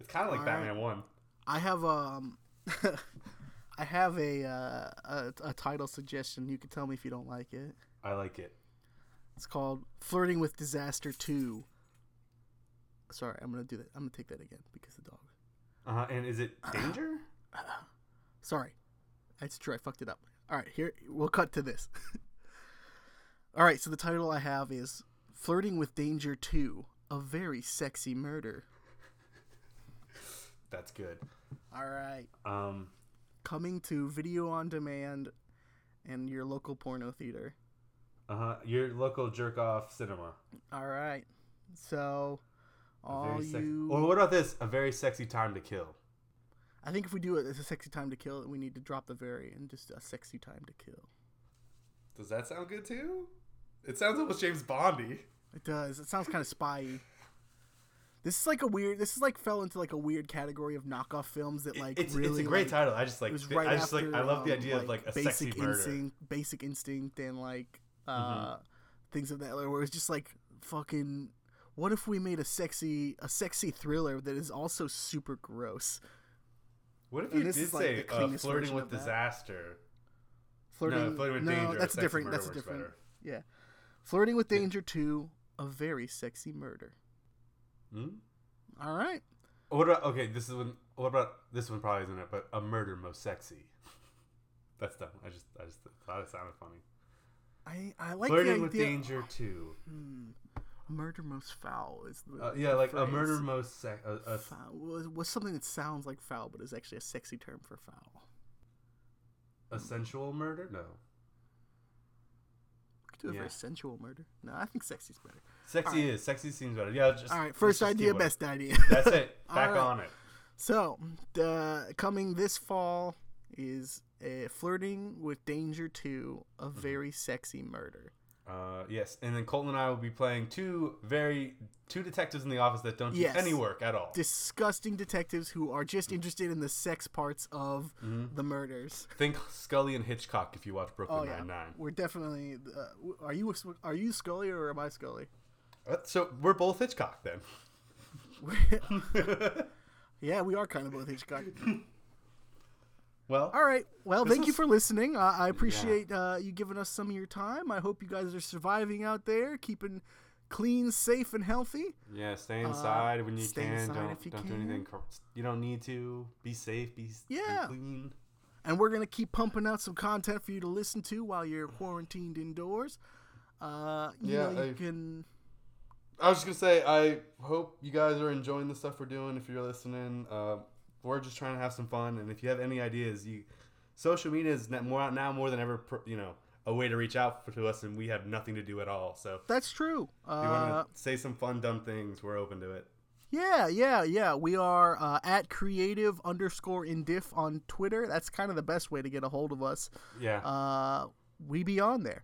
Speaker 2: It's kind of like
Speaker 1: right.
Speaker 2: Batman One.
Speaker 1: I have um, I have a, uh, a a title suggestion. You can tell me if you don't like it.
Speaker 2: I like it.
Speaker 1: It's called "Flirting with Disaster 2. Sorry, I'm gonna do that. I'm gonna take that again because the dog.
Speaker 2: Uh, and is
Speaker 1: Uh-huh.
Speaker 2: it danger?
Speaker 1: Sorry. That's true. I fucked it up. All right, here we'll cut to this. All right, so the title I have is "Flirting with Danger 2: A Very Sexy Murder."
Speaker 2: That's good.
Speaker 1: All right,
Speaker 2: Um,
Speaker 1: coming to video on demand and your local porno theater.
Speaker 2: uh huh. Your local jerk off cinema.
Speaker 1: All right, so
Speaker 2: A
Speaker 1: all
Speaker 2: sexy-
Speaker 1: you.
Speaker 2: Or what about this? A very sexy time to kill.
Speaker 1: I think if we do it, it's a sexy time to kill. We need to drop the very and just a sexy time to kill.
Speaker 2: Does that sound good too? It sounds almost James Bondy.
Speaker 1: It does. It sounds kind of spy. This is like a weird. This is like fell into like a weird category of knockoff films that like
Speaker 2: it's,
Speaker 1: really.
Speaker 2: it's a great
Speaker 1: like,
Speaker 2: title. I just like
Speaker 1: It was
Speaker 2: thi-
Speaker 1: right
Speaker 2: I just
Speaker 1: after.
Speaker 2: like I love the
Speaker 1: um,
Speaker 2: idea of like a sexy
Speaker 1: basic
Speaker 2: murder. Mm-hmm.
Speaker 1: instinct, basic instinct, and like uh, things of that. Where it's just like fucking. What if we made a sexy, a sexy thriller that is also super gross?
Speaker 2: What if
Speaker 1: And
Speaker 2: you did
Speaker 1: this is, like,
Speaker 2: say
Speaker 1: the
Speaker 2: uh,
Speaker 1: cleanest
Speaker 2: flirting
Speaker 1: version
Speaker 2: with
Speaker 1: of that.
Speaker 2: disaster?
Speaker 1: Flirting,
Speaker 2: No, flirting with
Speaker 1: no,
Speaker 2: danger.
Speaker 1: that's
Speaker 2: sexy
Speaker 1: different.
Speaker 2: murder
Speaker 1: That's a
Speaker 2: works
Speaker 1: different.
Speaker 2: better.
Speaker 1: Yeah, flirting with danger two, a very sexy murder.
Speaker 2: Hmm?
Speaker 1: All right.
Speaker 2: What about okay? This is when. What about this one? Probably isn't it, but a murder most sexy. That's dumb. I just I just thought it sounded funny.
Speaker 1: I, I like
Speaker 2: flirting
Speaker 1: the
Speaker 2: with
Speaker 1: idea.
Speaker 2: danger too.
Speaker 1: Murder most foul is the
Speaker 2: Uh, yeah, like a
Speaker 1: phrase.
Speaker 2: murder most sex. Uh, uh,
Speaker 1: Foul was, was something that sounds like foul, but is actually a sexy term for foul.
Speaker 2: a sensual murder? No.
Speaker 1: We could do it for
Speaker 2: Yeah.
Speaker 1: a sensual murder. No, I think sexy's better.
Speaker 2: Sexy is sexy seems better. Yeah. Just,
Speaker 1: All right,
Speaker 2: let's
Speaker 1: first
Speaker 2: just do
Speaker 1: idea,
Speaker 2: it.
Speaker 1: best idea.
Speaker 2: That's it.
Speaker 1: All
Speaker 2: Back
Speaker 1: right.
Speaker 2: on it.
Speaker 1: so, uh, coming this fall is uh flirting with danger to a
Speaker 2: Mm-hmm.
Speaker 1: very sexy murder.
Speaker 2: Uh, yes, and then Colton and I will be playing two very two detectives in the office that don't do
Speaker 1: Yes.
Speaker 2: any work at all.
Speaker 1: Disgusting detectives who are just
Speaker 2: Mm.
Speaker 1: interested in the sex parts of the murders.
Speaker 2: Think Scully and Hitchcock if you watch Brooklyn
Speaker 1: Oh yeah,
Speaker 2: Mm-hmm. Nine Nine.
Speaker 1: we're definitely. Uh, w- are you are you Scully or am I Scully?
Speaker 2: Uh, So we're both Hitchcock then.
Speaker 1: yeah, we are kind of both Hitchcock.
Speaker 2: Well,
Speaker 1: All right. Well, thank you
Speaker 2: was-
Speaker 1: for listening. I, I appreciate uh, you giving us some of your time. I hope you guys are surviving out there, keeping clean, safe, and healthy.
Speaker 3: Yeah, stay inside when you
Speaker 1: Uh, stay
Speaker 3: can.
Speaker 1: inside
Speaker 3: Don't
Speaker 1: if you
Speaker 3: don't do
Speaker 1: can.
Speaker 3: anything. cr- You don't need to. Be safe. Be, s- be
Speaker 1: Yeah.
Speaker 3: clean.
Speaker 1: And we're gonna keep pumping out some content for you to listen to while you're quarantined indoors. Uh, you
Speaker 2: Yeah,
Speaker 1: know, you
Speaker 2: I-
Speaker 1: can.
Speaker 2: I was just gonna say I hope you guys are enjoying the stuff we're doing. If you're listening, uh, we're just trying to have some fun, and if you have any ideas, you social media is n- more now more than ever. pr- You know, a way to reach out to us, and we have nothing to do at all. So
Speaker 1: That's true.
Speaker 2: If you
Speaker 1: Uh,
Speaker 2: want to say some fun, dumb things, we're open to it.
Speaker 1: Yeah, yeah, yeah. We are uh, at creative underscore indiff on Twitter. That's kind of the best way to get a hold of us.
Speaker 2: Yeah.
Speaker 1: Uh, we be on there.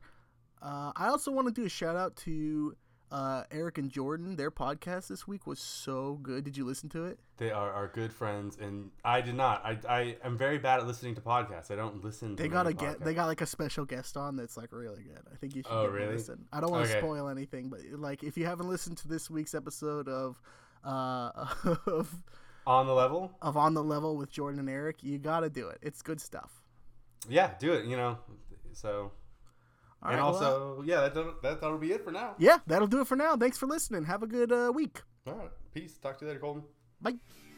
Speaker 1: Uh, I also want to do a shout out to uh, Eric and Jordan. Their podcast this week was so good. Did you listen to it?
Speaker 2: They are our good friends, and I did not. I, I am very bad at listening to podcasts. I don't listen.
Speaker 1: They
Speaker 2: to
Speaker 1: got a
Speaker 2: many
Speaker 1: get,
Speaker 2: podcasts.
Speaker 1: they got like a special guest on that's like really good. I think you should
Speaker 2: Oh,
Speaker 1: give it a
Speaker 2: really?
Speaker 1: listen. I don't want to
Speaker 2: Okay.
Speaker 1: spoil anything, but like if you haven't listened to this week's episode of uh, of
Speaker 2: on the level.
Speaker 1: of on the level with Jordan and Eric, you got to do it. It's good stuff.
Speaker 2: Yeah, do it. You know, so
Speaker 1: All
Speaker 2: and
Speaker 1: right, well,
Speaker 2: also yeah, that don't- that that'll be it for now.
Speaker 1: yeah, that'll do it for now. Thanks for listening. Have a good uh, week.
Speaker 2: All right, peace. Talk to you later, Colton.
Speaker 1: Bye.